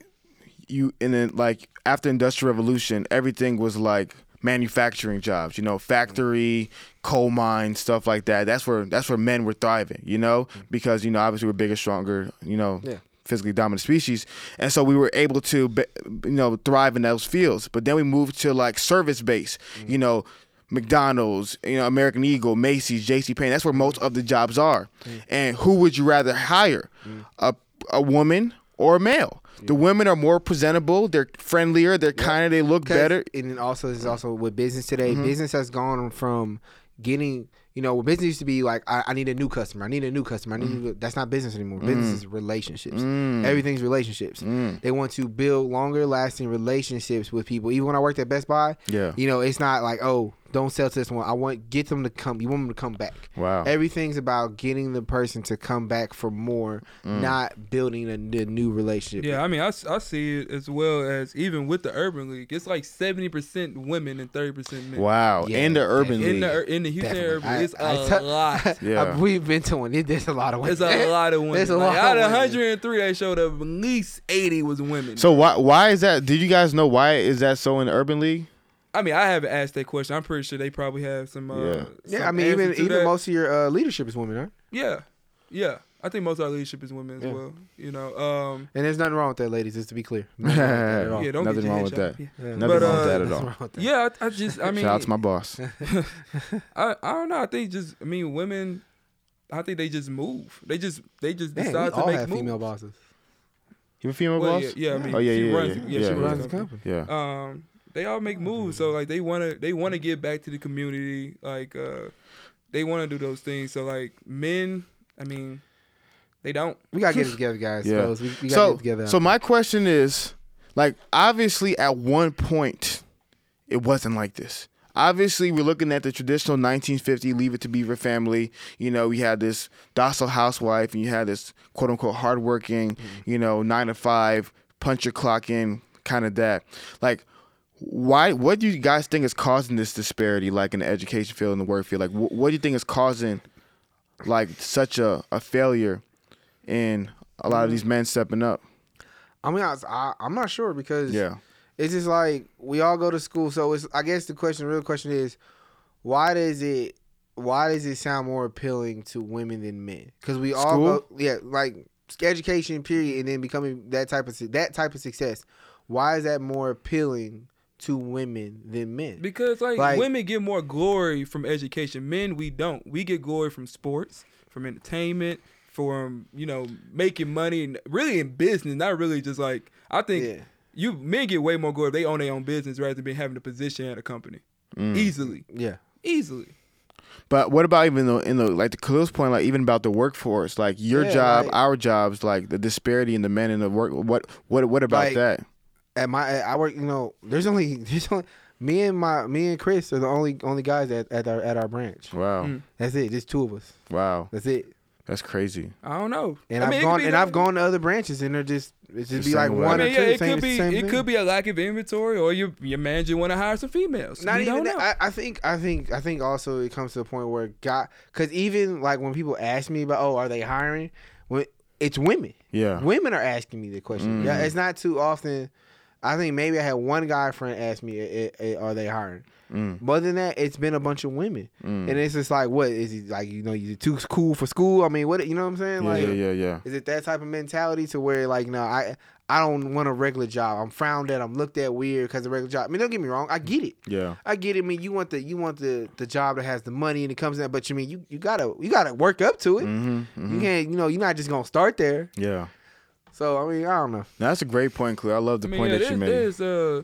you and then like after industrial revolution, everything was like manufacturing jobs. You know, factory, coal mine, stuff like that. That's where that's where men were thriving. You know, because you know obviously we're bigger, stronger. You know, Yeah. physically dominant species, and so we were able to be- you know thrive in those fields. But then we moved to like service based. You know. McDonald's, you know, American Eagle, Macy's, J.C. Payne. That's where most of the jobs are. And who would you rather hire, a a woman or a male? The women are more presentable. They're friendlier. They're kinder. They look 'Cause- better. And then also this is also with business today. Mm-hmm. Business has gone from getting you know, business used to be like, I, I need a new customer. I need a new customer. I Mm. need a new, that's not business anymore. Business is relationships. Everything's relationships. Mm. They want to build longer lasting relationships with people. Even when I worked at Best Buy, Yeah. you know, it's not like, oh, don't sell to this one. I want get them to come. You want them to come back. Wow. Everything's about getting the person to come back for more, Mm. not building a, n- new relationship. Yeah, I mean, I, s- I see it as well as even with the Urban League, it's like seventy percent women and thirty percent men. Wow. Yeah, in the urban In league. the in the Houston Definitely. Urban, I- League, it's I a t- lot. Yeah. Uh, we've been to one. It- There's a lot of women. It's a lot of women. There's a Like, lot out of of women. 103, they showed up at least 80 was women. so why why is that? Did you guys know why is that so in the urban league? I mean, I haven't asked that question. I'm pretty sure they probably have some. Uh, Yeah. Yeah, some I mean, answer even to even that. most of your uh, leadership is women, right? Yeah, yeah. I think most of our leadership is women as Yeah. well. You know, um, And there's nothing wrong with that, ladies. Just to be clear, nothing wrong with that at all. yeah, yeah. Don't nothing get your wrong head with chopped. that. Yeah. Yeah. Nothing But, wrong uh, with that at Nothing all. wrong with that. Yeah, I, I just, I mean, Shout out to my boss. I, I don't know. I think just, I mean, women. I think they just move. They just, they just Man, we decide to all make have moves. female bosses. You a female Well, yeah, boss? yeah, I mean, Oh, yeah, she yeah, runs, yeah, she yeah. runs Runs the company. Yeah. um they all make moves so like they want to they want to give back to the community like uh they want to do those things so like men i mean they don't We gotta get it together, guys. Yeah. fellas. We, we gotta get so it together. so my question is like obviously at one point it wasn't like this obviously we're looking at the traditional 1950 leave it to beaver family you know we had this docile housewife and you had this quote unquote hardworking Mm-hmm. you know nine to five punch your clock in kind of that like why what do you guys think is causing this disparity like in the education field and the work field like wh- what do you think is causing like such a, a failure in a lot of Mm-hmm. these men stepping up I mean, I, I, I'm not sure because yeah it's just like we all go to school. So it's I guess the question, real question is, why does it why does it sound more appealing to women than men? Because we all School? go, yeah, like education period, and then becoming that type of su- that type of success. Why is that more appealing to women than men? because like, Like- women get more glory from education men we don't we get glory from sports from entertainment from you know making money and really in business not really just like i think Yeah. you men get way more glory if they own their own business rather than having a position at a company Mm. easily yeah, easily But what about even though in the like the Khalil's point, like even about the workforce, like your Yeah, job, like- our jobs, like the disparity in the men and the work. What what what about Like- that? at my at- I work, you know, there's only there's only me and my me and Chris are the only only guys at at our at our branch. Wow, That's it. Just two of us. wow, That's it. that's crazy. i don't know And I I mean, it have could gone be and like- I've gone to other branches and they're just it's just The be like same way. one I or mean, two. yeah, it same, could be same it thing. could be a lack of inventory, or your your manager want to hire some females. Not We even don't that. know. I, I think I think I think also it comes to the point where God, because even like when people ask me about oh are they hiring, when it's women, Yeah, Mm-hmm. women are asking me the question. Yeah, it's not too often. I think maybe I had one guy friend ask me, eh, eh, eh, "Are they hiring?" Mm, But other than that, it's been a bunch of women, and it's just like, what is he like? You know, you too cool for school. I mean, what you know what I'm saying? Yeah, like, yeah, yeah, yeah. is it that type of mentality to where like, no, I I don't want a regular job. I'm frowned at. I'm looked at weird because of regular job. I mean, don't get me wrong. I get it. Yeah. I get it. I mean, you want the you want the the job that has the money and it comes in, but you mean you you gotta you gotta work up to it. hmm Mm-hmm. You can't, you know, you're not just gonna start there. Yeah. So I mean, I don't know. Now, that's a great point, Cleo. I love the I mean, point yeah, that you made. there's, There's, uh,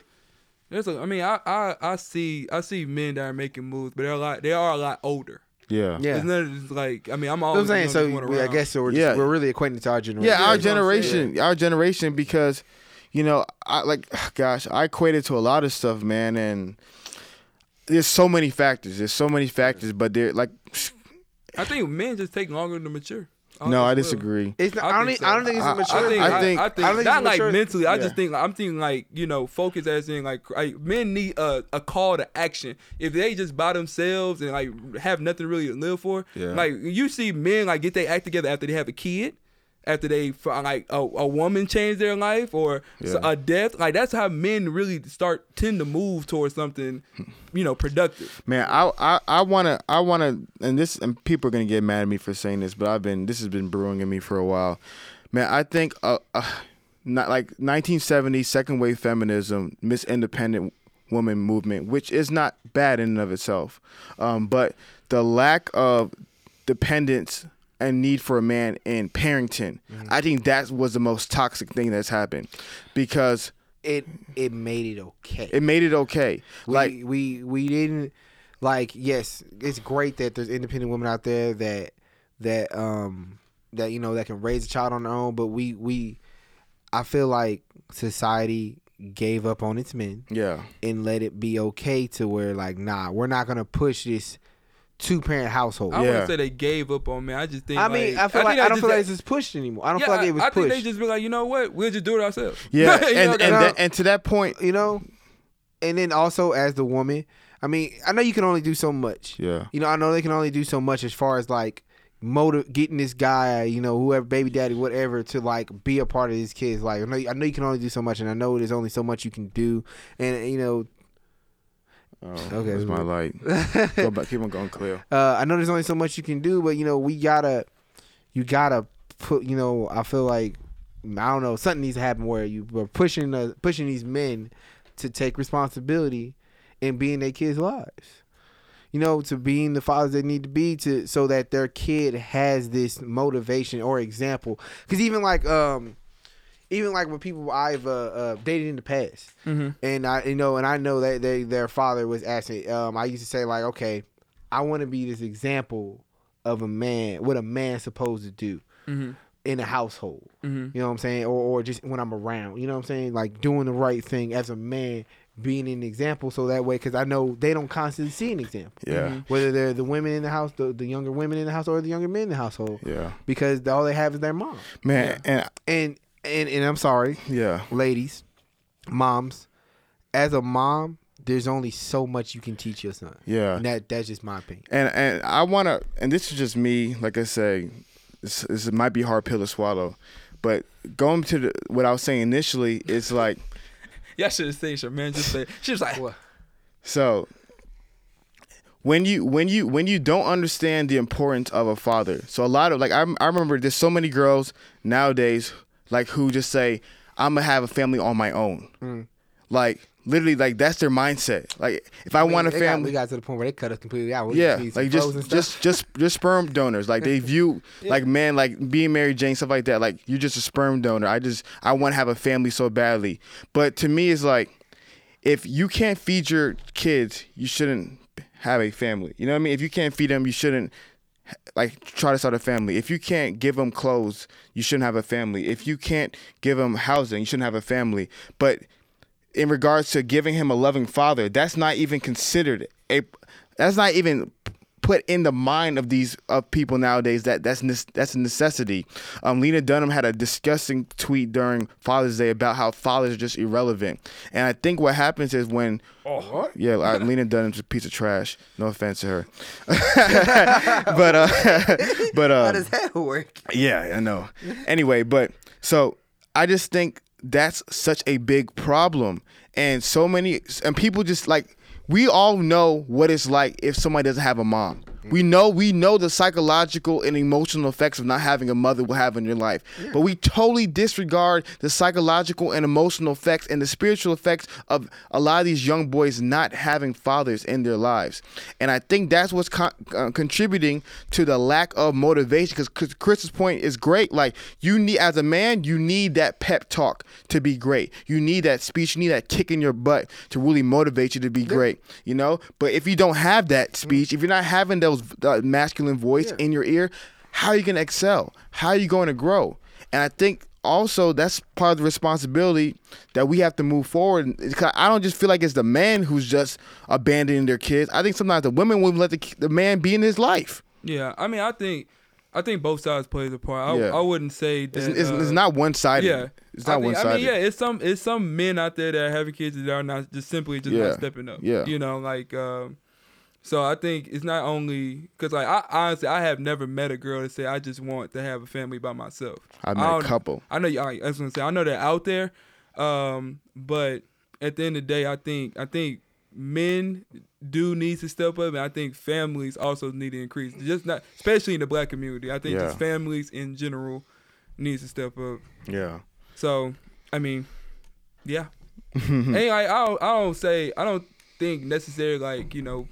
there's a, I mean, I, I, I see, I see men that are making moves, but they're a lot, they are a lot older. Yeah. Yeah, It's not just like, I mean, I'm You know always. what I'm saying. the youngest So one we, I around. guess so we're, Yeah. just, we're really acquainted to our generation. Yeah, our that's what I'm saying. generation, our generation, because you know, I like, gosh, I equated to a lot of stuff, man, and there's so many factors. There's so many factors, but they're like, I think men just take longer to mature. no, I just will. disagree. It's not, I, I don't. think think- I don't so. think it's I- a I mature. I think, I, I think, I think not it's like mature- mentally. I yeah. just think I'm thinking like you know, focus as in like, like men need a, a call to action. If they just by themselves and like have nothing really to live for, Yeah. like you see men like get their act together after they have a kid. After they fi- like a, a woman changed their life or s- Yeah. a death, like that's how men really start tend to move towards something, you know, productive. Man, I, I, I wanna, I wanna, and this, and people are gonna get mad at me for saying this, but I've been, this has been brewing in me for a while. Man, I think, uh, uh not like 1970s second wave feminism, Miss Independent Woman movement, which is not bad in and of itself, um, but the lack of dependence and need for a man in Parrington, I think that was the most toxic thing that's happened, because it it made it okay. it made it okay. Like, like we we didn't like yes it's great that there's independent women out there that that um that you know that can raise a child on their own but we we i feel like society gave up on its men yeah, and let it be okay to where like nah we're not gonna push this two parent household I Yeah. wouldn't say they gave up on me. I just think. I mean, I like- feel think like I they don't just feel like had- it's just pushed anymore. I don't Yeah, feel like I- it was I think they pushed. just be like, you know what? We'll just do it ourselves. yeah, You and know, and, that's- that, and to that point, you know, and then also as the woman, I mean, I know you can only do so much. yeah. you know, I know they can only do so much as far as like motive getting this guy, you know, whoever, baby daddy, whatever, to like be a part of these kids. Like I know, I know you can only do so much, and I know there's only so much you can do, and you know, Oh, Okay, Where's my we- light? uh, Go back. Keep on going, Cleo. I know there's only so much you can do, but you know, we gotta, you gotta put, you know, I feel like I don't know, something needs to happen where you are pushing uh, pushing these men to take responsibility and being their kids' lives. you know, to being the fathers they need to be to so that their kid has this motivation or example. Because even like um, even like with people I've uh, uh dated in the past, and I you know, and I know that they their father was asking. Um, I used to say like, okay, I want to be this example of a man, what a man's supposed to do. In a household, you know what I'm saying, or, or just when I'm around, you know what I'm saying, like doing the right thing as a man, being an example, so that way, because I know they don't constantly see an example Yeah, whether they're the women in the house, the, the younger women in the house, or the younger men in the household, yeah, because the- all they have is their mom. man, And and and I'm sorry, and yeah, ladies, moms, as a mom, there's only so much you can teach your son. yeah. And that that's just my opinion. And and I wanna, and this is just me. Like I say, this, this might be a hard pill to swallow, but going to the, what I was saying initially is like Y'all should have seen Charmaine just say she was like, What? so. When you when you when you don't understand the importance of a father, so a lot of like I, I remember there's so many girls nowadays like who just say I'm gonna have a family on my own, Mm. like literally like that's their mindset. Like if I want a They got- family, we got to the point where they cut us completely out. We Yeah, just need some like clothes and just stuff. just just just sperm donors. Like they view like man, like being Mary Jane stuff like that. Like you're just a sperm donor. I just I want to have a family so badly. But to me, it's like if you can't feed your kids, you shouldn't have a family. You know what I mean? If you can't feed them, you shouldn't like try to start a family. If you can't give them clothes, you shouldn't have a family. If you can't give them housing, you shouldn't have a family. But in regards to giving him a loving father, that's not even considered a that's not even put in the mind of these of people nowadays that that's ne- that's a necessity. Um, Lena Dunham had a disgusting tweet during Father's Day about how fathers are just irrelevant. And I think what happens is when yeah, I, Lena Dunham's a piece of trash. No offense to her. but uh but uh How does that work? yeah, I know. Anyway, but so I just think that's such a big problem. And so many and people just like we all know what it's like if somebody doesn't have a mom. We know we know the psychological and emotional effects of not having a mother will have in your life. But we totally disregard the psychological and emotional effects and the spiritual effects of a lot of these young boys not having fathers in their lives. And I think that's what's con- uh, contributing to the lack of motivation because Chris's point is great. Like you need as a man, you need that pep talk to be great. You need that speech, you need that kick in your butt to really motivate you to be great, you know? But if you don't have that speech, if you're not having those uh, masculine voice in your ear, how are you going to excel? How are you going to grow? And I think also that's part of the responsibility that we have to move forward. And it's 'cause I don't just feel like it's the man who's just abandoning their kids. I think sometimes the women won't let the, the man be in his life. Yeah, I mean, I think, I think both sides plays a part. I, Yeah. I wouldn't say that. It's, it's, uh, it's not one sided. Yeah, It's I not think- one sided. I mean, yeah, it's some it's some men out there that are having kids that are not just simply just Yeah, not stepping up. yeah. you know, like um, so I think it's not only because like I honestly I have never met a girl that say I just want to have a family by myself. I met a don't- couple. I know you. I, I was gonna say I know they're out there, um, but at the end of the day, I think I think men do need to step up, and I think families also need to increase. Just not especially in the black community. I think Yeah. just families in general needs to step up. Yeah. So, I mean, yeah. and like, I don't, I don't say I don't think necessarily like you know,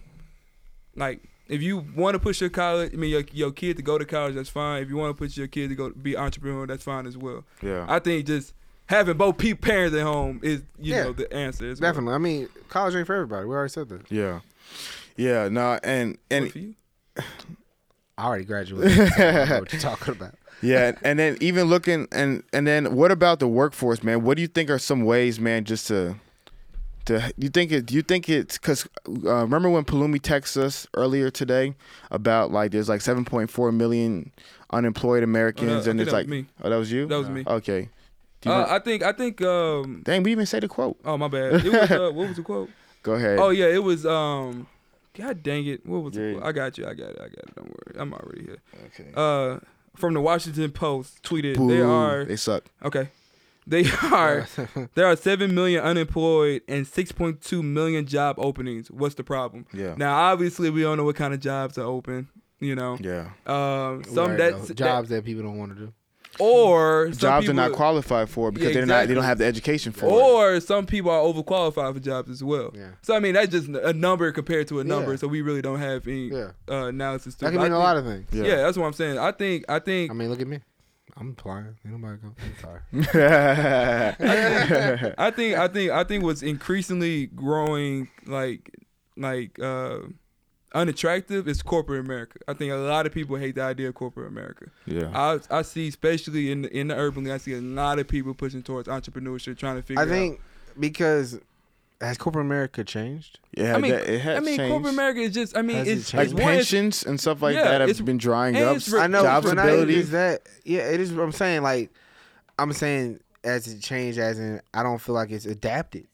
like if you want to push your college, I mean your your kid to go to college, that's fine. If you want to push your kid to go be entrepreneur, that's fine as well. Yeah. I think just having both pe- parents at home is you Yeah. know the answer. As well. Definitely. I mean, college ain't for everybody. We already said that. yeah. Yeah. No. and and What for you? I already graduated. so I don't know what you talking about? yeah and then even looking and and then what about the workforce man what do you think are some ways man just to to you think it do you think it's because uh, remember when palumi texted us earlier today about like there's like 7.4 million unemployed americans Oh, no, and I think it's that was like me. oh that was you That was me. okay do you Uh, want- I think I think um dang we even say the quote oh my bad. It was uh, what was the quote? go ahead Oh yeah, it was um. God dang it! What was Yeah. the quote? I got you. I got it. I got it. Don't worry. I'm already here. okay uh, from the Washington Post tweeted Boo, there are they suck okay, they are there are seven million unemployed and six point two million job openings. What's the problem? Yeah. Now obviously we don't know what kind of jobs are open. You know, yeah um, We some already that's know. that- jobs that people don't want to do. or some jobs people, are not qualified for because Yeah, they're not they exactly. Oh. don't have the education for it. Or some people are overqualified for jobs as well. Yeah. So I mean that's just a number compared to a number. Yeah. So we really don't have any Yeah. uh, analysis. To That it. can I mean a think- lot of things. Yeah. that's what I'm saying. I think I think I mean, look at me. I'm applying. Ain't nobody go. I'm sorry. I think I think I think what's increasingly growing like like uh unattractive is corporate America. I think a lot of people hate the idea of corporate America. yeah I I see especially in the, in the urban league, I see a lot of people pushing towards entrepreneurship trying to figure I think because has corporate America changed? yeah out I mean that- it has I mean changed. corporate America is just I mean Has it it's, like it's one, it's- pensions and stuff like yeah, that it's- have been drying and up. it's re- I know. job but not even stability. just that. Yeah, it is. I'm saying like, I'm saying as it changed, as in I don't feel like it's adapted.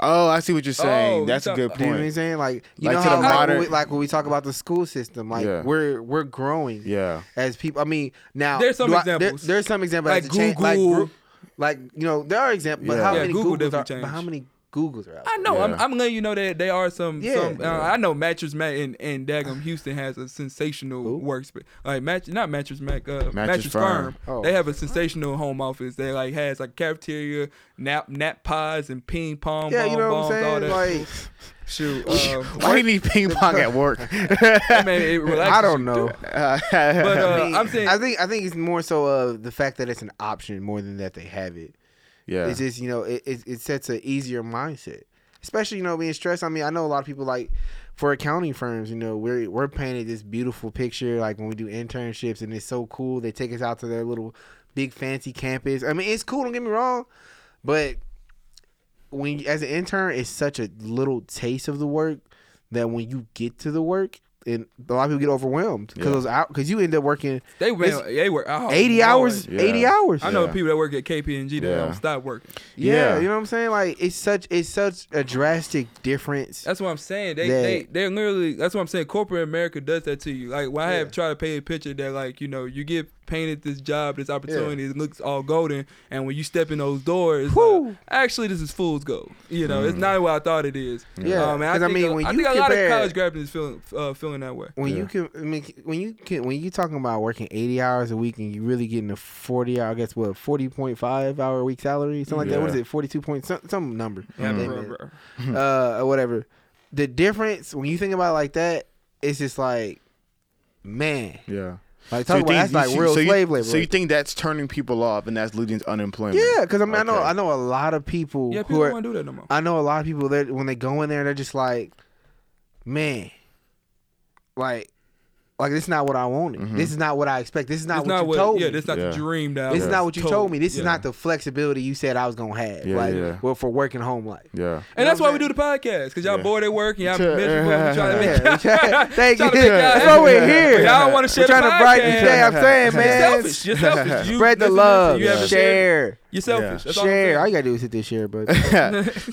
Oh, I see what you're saying. Oh, That's you a good thought- Do you know what I'm point. saying? Like, you Like know to how the like, modern- when we, like when we talk about the school system, like Yeah. we're we're growing. Yeah, as people. I mean, now There's some do I- examples. there, there's some examples Like that change- like Google. gro- like you know, there are examples, but Yeah. how Yeah, many Google Googles are? definitely but how changed. many Googles are out? I know. I'm, Yeah. I'm letting you know that they are some. Yeah. some uh, I know Mattress Mac and, and Dagum Houston has a sensational Who? workspace. Like Match, not Mattress Mac. Uh, Mattress, Firm. Firm. Oh. They have a sensational home office. They like has like cafeteria, nap nap pods, and ping pong. Yeah, ball, you know what I'm bombs, all saying. that Like, shoot. Um, Why do you need ping pong at work? I mean, it relaxes I don't you, know. too. But yeah, uh, I mean, I'm saying I think I think it's more so of the fact that it's an option more than that they have it. It's just you know it, it, it sets an easier mindset, especially you know being stressed. I mean I know a lot of people like for accounting firms you know we're we're painted this beautiful picture like when we do internships and it's so cool they take us out to their little big fancy campus. I mean it's cool don't get me wrong, but when as an intern it's such a little taste of the work that when you get to the work and a lot of people get overwhelmed Yeah. because because you end up working they went. it's They were oh, 80 Lord. hours Yeah. 80 hours I know Yeah. people that work at KPMG that Yeah. don't stop working. yeah, Yeah. you know what i'm saying like it's such it's such a drastic difference That's what I'm saying. They That- they they're literally. That's what I'm saying. Corporate America does that to you. Like, when I have tried to paint a picture that like you know you get painted this job, this opportunity. It looks all golden, and when you step in those doors, it's Whew. Mm. like, actually, this is fool's gold. You know, it's not what I thought it is. Yeah, um, and I 'cause I think, mean, a- when I you think a lot of compare- college graduates feeling uh, feeling that way. When you can, I mean, when you can, when you talking about working eighty hours a week and you really getting a forty hour, I guess what forty point five hour a week salary, something like that. What is Yeah. it? Forty two point some, some number, Mm. Yeah, They- bro, bro. uh, or whatever. The difference when you think about it like that, it's just like, man, Yeah. like talk you about that's like you- real so you- slave labor. So you think that's turning people off and that's leading to unemployment? yeah, because I mean, I know Okay. I know a lot of people Yeah, who people are don't want to do that no more. I know a lot of people that when they go in there, they're just like, man, like, like this is not what I wanted. Mm-hmm. This is not what I expect. This is not It's what not you what. told yeah, me. this not Yeah. the dream that. I this was is not what you told, me. This Yeah. is not the flexibility you said I was gonna have. Yeah, like, yeah. well, for working home life. Yeah. And know that's what why we I'm do the podcast because y'all Yeah. bored at work and y'all Yeah. miserable. We trying to make Yeah, thank Trying you. to make y'all That's why we're happy. here. But y'all wanna share We're the trying to brighten. podcast. Yeah, I'm saying, You're man. selfish. You're selfish. You, Spread the listen, love. Listen, you haven't shared. Share. You're selfish. That's all I'm Share. All saying. you gotta do is hit this share button.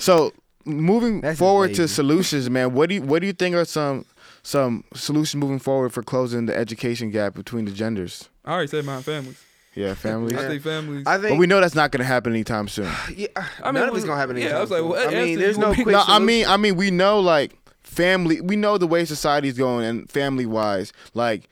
so moving That's forward to amazing. solutions, man. What do you, what do you think are some some solutions moving forward for closing the education gap between the genders? I already said my families. Yeah, families. I think families. I But think we know that's not going to happen anytime soon. yeah, mean, none of it's we- gonna happen. yeah, anytime I was like, soon. what I mean, answer there's you no gonna be- quick. no, I solution. mean, I mean, we know like family. We know the way society's going, and family wise, like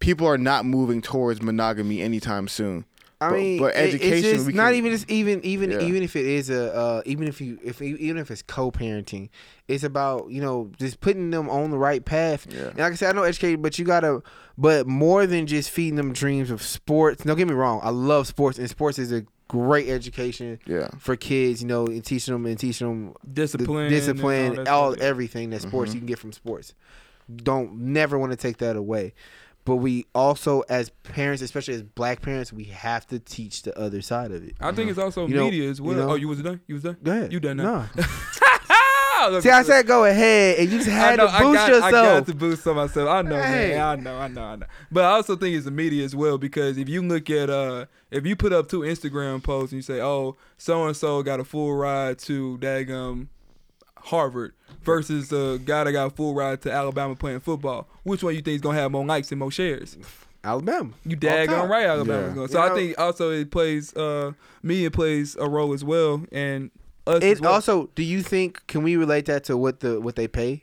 people are not moving towards monogamy anytime soon. I But- mean, but it- it's education, just we not can- even just even even Yeah. even if it is a uh, even if you if you- even if it's co-parenting, it's about you know just putting them on the right path. Yeah. And like I said, I know educated, but you gotta, but more than just feeding them dreams of sports. Don't get me wrong, I love sports, and sports is a great education Yeah. for kids. You know, and teaching them and teaching them the discipline, and discipline, that all, stuff. everything that sports you can get from sports. Don't never want to take that away. But we also, as parents, especially as black parents, we have to teach the other side of it. I think it's also Mm-hmm. You know- media as well. you know- oh, you was done. You was done. Go ahead. You done now. No. Look, See, I said go ahead, and you just I had know, to boost I got, I got yourself. to boost on myself. I know, Hey. man. I know, I know, I know. But I also think it's the media as well because if you look at uh, if you put up two Instagram posts and you say, "Oh, so and so got a full ride to Dagum Harvard," versus a guy that got a full ride to Alabama playing football, which one you think is gonna have more likes and more shares? Alabama. You All time. daggone right, Alabama's Yeah. going. So You I know- think also it plays uh, media plays a role as well, and us as It well. also. Do you think? Can we relate that to what the what they pay?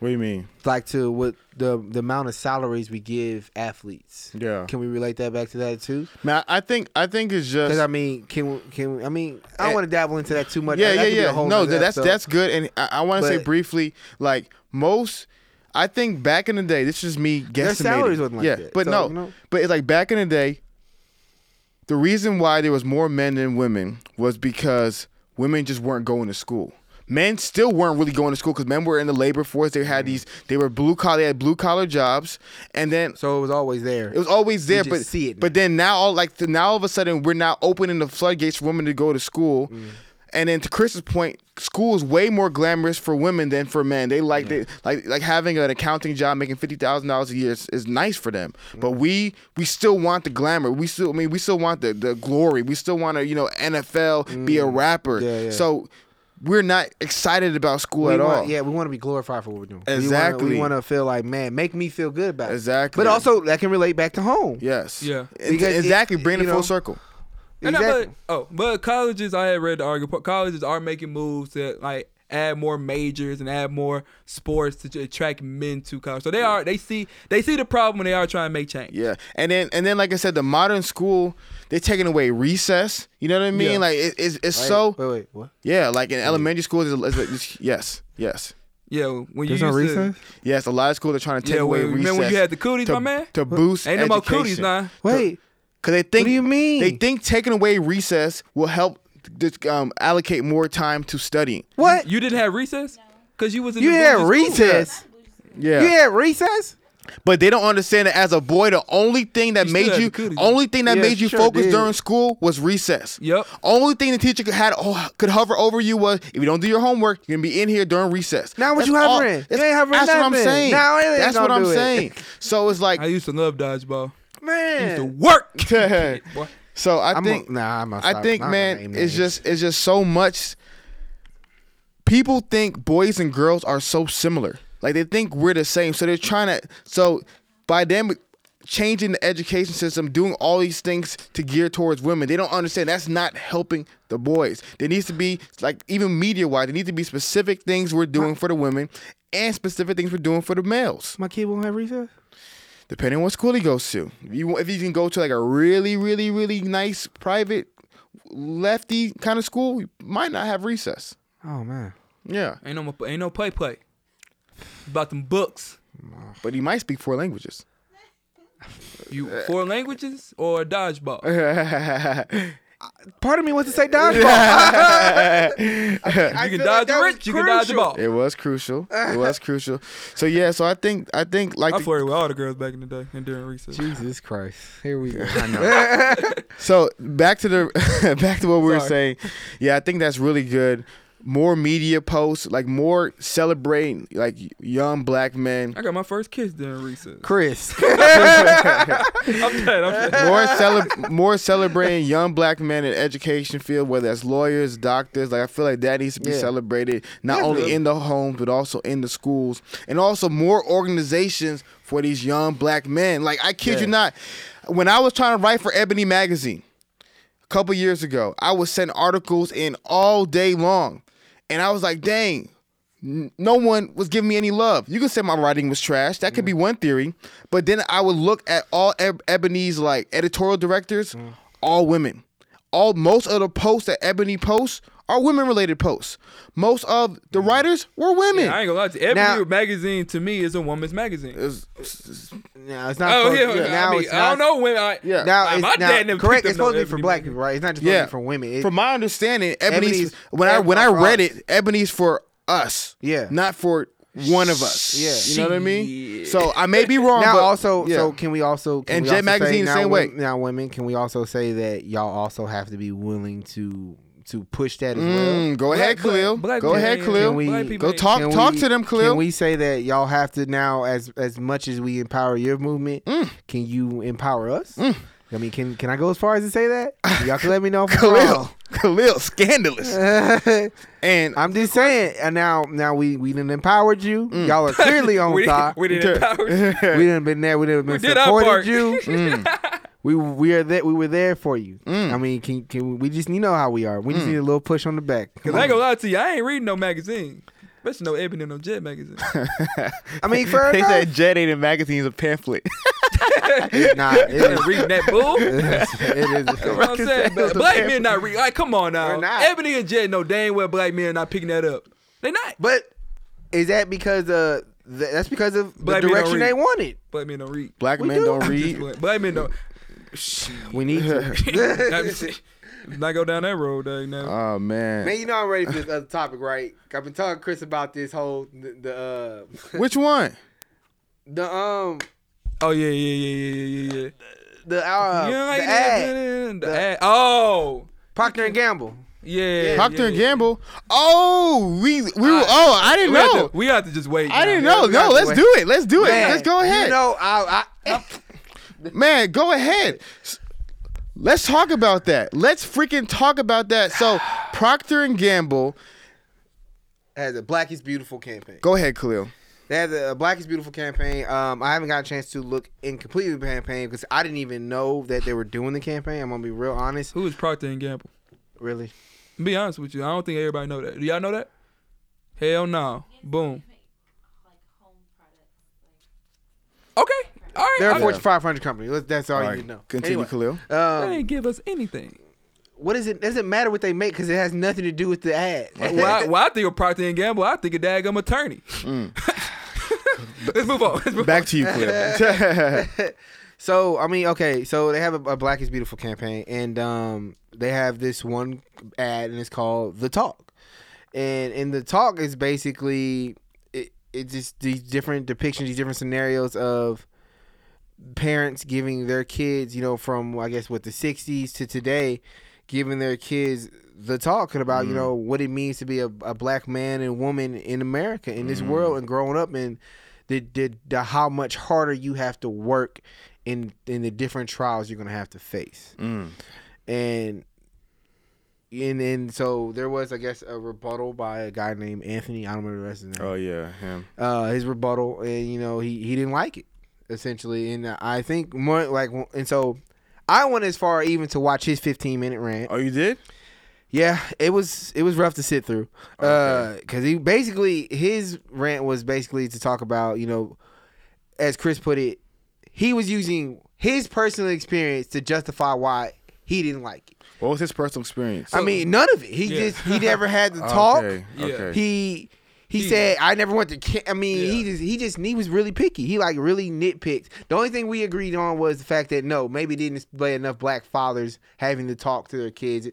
What do you mean? Like to what the the amount of salaries we give athletes? Yeah, Can we relate that back to that too? man. I think I think it's just Because I mean, can we, can we, I mean, I don't Eh, want to dabble into that too much. Yeah, That yeah, could be a yeah. whole No, nother that, that's episode. that's good. And I, I want to say But- briefly, like most, I think back in the day, this is me guesstimating. salaries wasn't like yeah, that. but So, no, you know. but it's like back in the day, the reason why there was more men than women was because women just weren't going to school. Men still weren't really going to school because men were in the labor force. They Mm-hmm. had these, they were blue collar, they had blue collar jobs, and then so it was always there. it was always there, just but see it but then now all like th- now all of a sudden we're now opening the floodgates for women to go to school. Mm. And then to Chris's point, school is way more glamorous for women than for men. They like they, like like having an accounting job, making fifty thousand dollars a year is, is nice for them. Mm. But we we still want the glamour. We still I mean we still want the, the glory. We still want to you know NFL be a rapper. Mm. Yeah, yeah. So we're not excited about school we at want, all. Yeah, we want to be glorified for what we're doing. We wanna- Exactly. We want to feel like, man, make me feel good about it. Exactly. But also, that can relate back to home. Yes. Yeah. Ex- Because it- exactly. Bring it you full know, circle. And I- Exactly. but, oh, but colleges, I had read the article. Colleges are making moves to like add more majors and add more sports to j- attract men to college. So they are they see they see the problem and they are trying to make change. Yeah, and then and then like I said, the modern school they're taking away recess. You know what I mean? Yeah. Like it, it's it's Wait, so Wait, wait, what? yeah. Like in elementary school, there's, a- there's, a- yes, yes, Yeah, when you used to- yes. A lot of schools are trying to take Yeah, away when, recess. remember when you had the cooties, to, my man? to boost Ain't no education. more cooties now. Wait, Cause they think do you mean? they think taking away recess will help just, um, allocate more time to studying. what? You didn't have recess because you was in You the had bougie school. recess. Yeah. You had recess. But they don't understand that as a boy, the only thing that You still made had you, the goodies. only thing that Yeah, made you sure focus did. during school was recess. Yep. Only thing the teacher could had oh, could hover over you was if you don't do your homework, you're gonna be in here during recess. Now what That's you all- hovering? That's, You ain't hovering that's what I'm nothing. saying. Now it ain't that's what gonna I'm do it. saying. So it's I like, used to love dodgeball. I used to Man, work. Boy. so I I'm a- think nah, I'm a I stop. think I'm man, not naming it's names. just it's just so much. People think boys and girls are so similar. Like they think we're the same. So they're trying to. So by them changing the education system, doing all these things to gear towards women. They don't understand that's not helping the boys. There needs to be like even media wise, there needs to be specific things we're doing for the women and specific things we're doing for the males. My kid won't have recess. Depending on what school he goes to. If you if you can go to like a really, really, really nice private lefty kind of school, you might not have recess. Oh man. Yeah. Ain't no mo- ain't no play play. About them books. But he might speak four languages. You Uh, four languages or dodgeball? Part of me wants to say dodgeball. You can feel like dodge that the was rich, you can dodge the crucial. ball. It was crucial. It was crucial. So yeah, so I think I think like I the- flirted with all the girls back in the day and during recess. Jesus Christ. Here we go. I know. so back to the back to what we were Sorry. saying. Yeah, I think that's really good. More media posts, like more celebrating like young black men. I got my first kiss during recess. Chris. I'm dead. I'm dead. More cele- more celebrating young black men in education field, whether that's lawyers, doctors. Like I feel like that needs to be Yeah. celebrated not only in the homes but also in the schools, and also more organizations for these young black men. Like I kid you Yeah. not, when I was trying to write for Ebony magazine a couple years ago, I was sending articles in all day long, and I was like, dang. n- No one was giving me any love. You could say my writing was trash. That could be one theory. But then I would look at all Eb- Ebony's like editorial directors, all women. All most of the posts that Ebony posts are women related posts. Most of the writers were women. I ain't gonna lie to you. Every Now- magazine to me is a woman's magazine. It's- No, it's not. Oh supposed- yeah, now I, mean, it's I don't not- know when I. yeah. Now, Like, it's, my now dad never correct. picked up It's supposed no to be for Ebony black Magazine. people, right? It's not just supposed yeah. to be for women. It- From my understanding, Ebony's, Ebony's when I and when I for read us. it, Ebony's for us. Yeah. Not for one of us. Yeah. You know what I mean? So I may be wrong. now but- also, yeah. so can we also can And we Jet also Magazine, say now same wo- way. Now, women, can we also say that y'all also have to be willing to to push that as well? Mm, go Black- ahead, black- Khalil. black go people ahead, ain't- Khalil. Can we- black people go ain't- talk Can talk we- to them, Khalil. Can we say that y'all have to now, as as much as we empower your movement, can you empower us? I mean, can can I go as far as to say that? Y'all can let me know. If I'm Khalil. wrong. Khalil, scandalous. and I'm just saying. And now, now we we done empowered you. Y'all are clearly on Mm. we, top. We didn't empower you. we done been there. We done been We did our part. supported you. Mm. We we are there. We were there for you. Mm. I mean, can can we, we just you know how we are. We just need a little push on the back. Come Cause I on. ain't gonna lie to you, I ain't reading no magazine. Especially no Ebony and no Jet magazine. I mean, fair they enough. said Jet ain't in magazines a pamphlet. nah, it I ain't is. reading that bull. You know It is. what I'm saying? But black men not reading. Like, come on now. They're not. Ebony and Jet know dang well black men not picking that up. They not. But is that because uh th- that's because of the Black men don't direction they read. wanted? Black men don't read. Black We men do. do. not Just read. black- Black men don't. We need to. Let's not go down that road, dang now. Oh man. Man, you know I'm ready for this other topic, right? I've been talking to Chris about this whole the uh, Which one? the um oh yeah, yeah, yeah, yeah, yeah, yeah, yeah. the uh, you know, like the that, ad, the, ad. Oh, Procter and Gamble. yeah. yeah, Procter yeah. and Gamble. Oh, we we. were- I- oh, I didn't We have know. to- we have to just wait. I now. didn't know. we got No, the let's way. do it. Let's do it. Man, Let's go ahead. You know, I, I Man, go ahead. S- Let's talk about that. Let's freaking talk about that. So, Procter and Gamble. has a Black is Beautiful campaign. Go ahead, Khalil. They had the uh, Black is Beautiful campaign. Um, I haven't got a chance to look in completely the campaign because I didn't even know that they were doing the campaign. I'm gonna be real honest. Who is Procter and Gamble? Really, Be honest with you, I don't think everybody know that. Do y'all know that? Hell no. Boom. Okay. All right. they're a I- Fortune 500 company. Let's- That's all, Oh, you need to know. Continue, Anyway, Khalil. They Um, didn't give us anything. what is it? Doesn't matter what they make because it has nothing to do with the ad. Well, I, well, I think of Procter and Gamble. I think of Daggum attorney. Let's move on. Let's move Back to you, Khalil. So I mean, okay, so they have a, a Black is Beautiful campaign, and um, they have this one ad, and it's called the Talk, and and the Talk is basically it, it's just these different depictions, these different scenarios of parents giving their kids, you know, from I guess what the '60s to today, giving their kids the talk about you know what it means to be a, a black man and woman in America in this world and growing up and the, the the how much harder you have to work in in the different trials you're gonna have to face Mm. and. And and so there was, I guess, a rebuttal by a guy named Anthony. I don't remember the rest of his name yeah, oh, him. uh, his rebuttal, and you know he he didn't like it. essentially, and I think more like, and so I went as far even to watch his 15 minute rant. Oh, you did? Yeah, it was it was rough to sit through, because Okay. he basically his rant was basically to talk about you know, as Chris put it, he was using his personal experience to justify why he didn't like it. What was his personal experience? Oh, I mean, none of it. He Yeah. just he never had the talk. Okay. Yeah. okay. He he He- said I never went to. Ca-. I mean, he Yeah. just he just he was really picky. He like really nitpicked. The only thing we agreed on was the fact that no, maybe didn't display enough black fathers having to talk to their kids.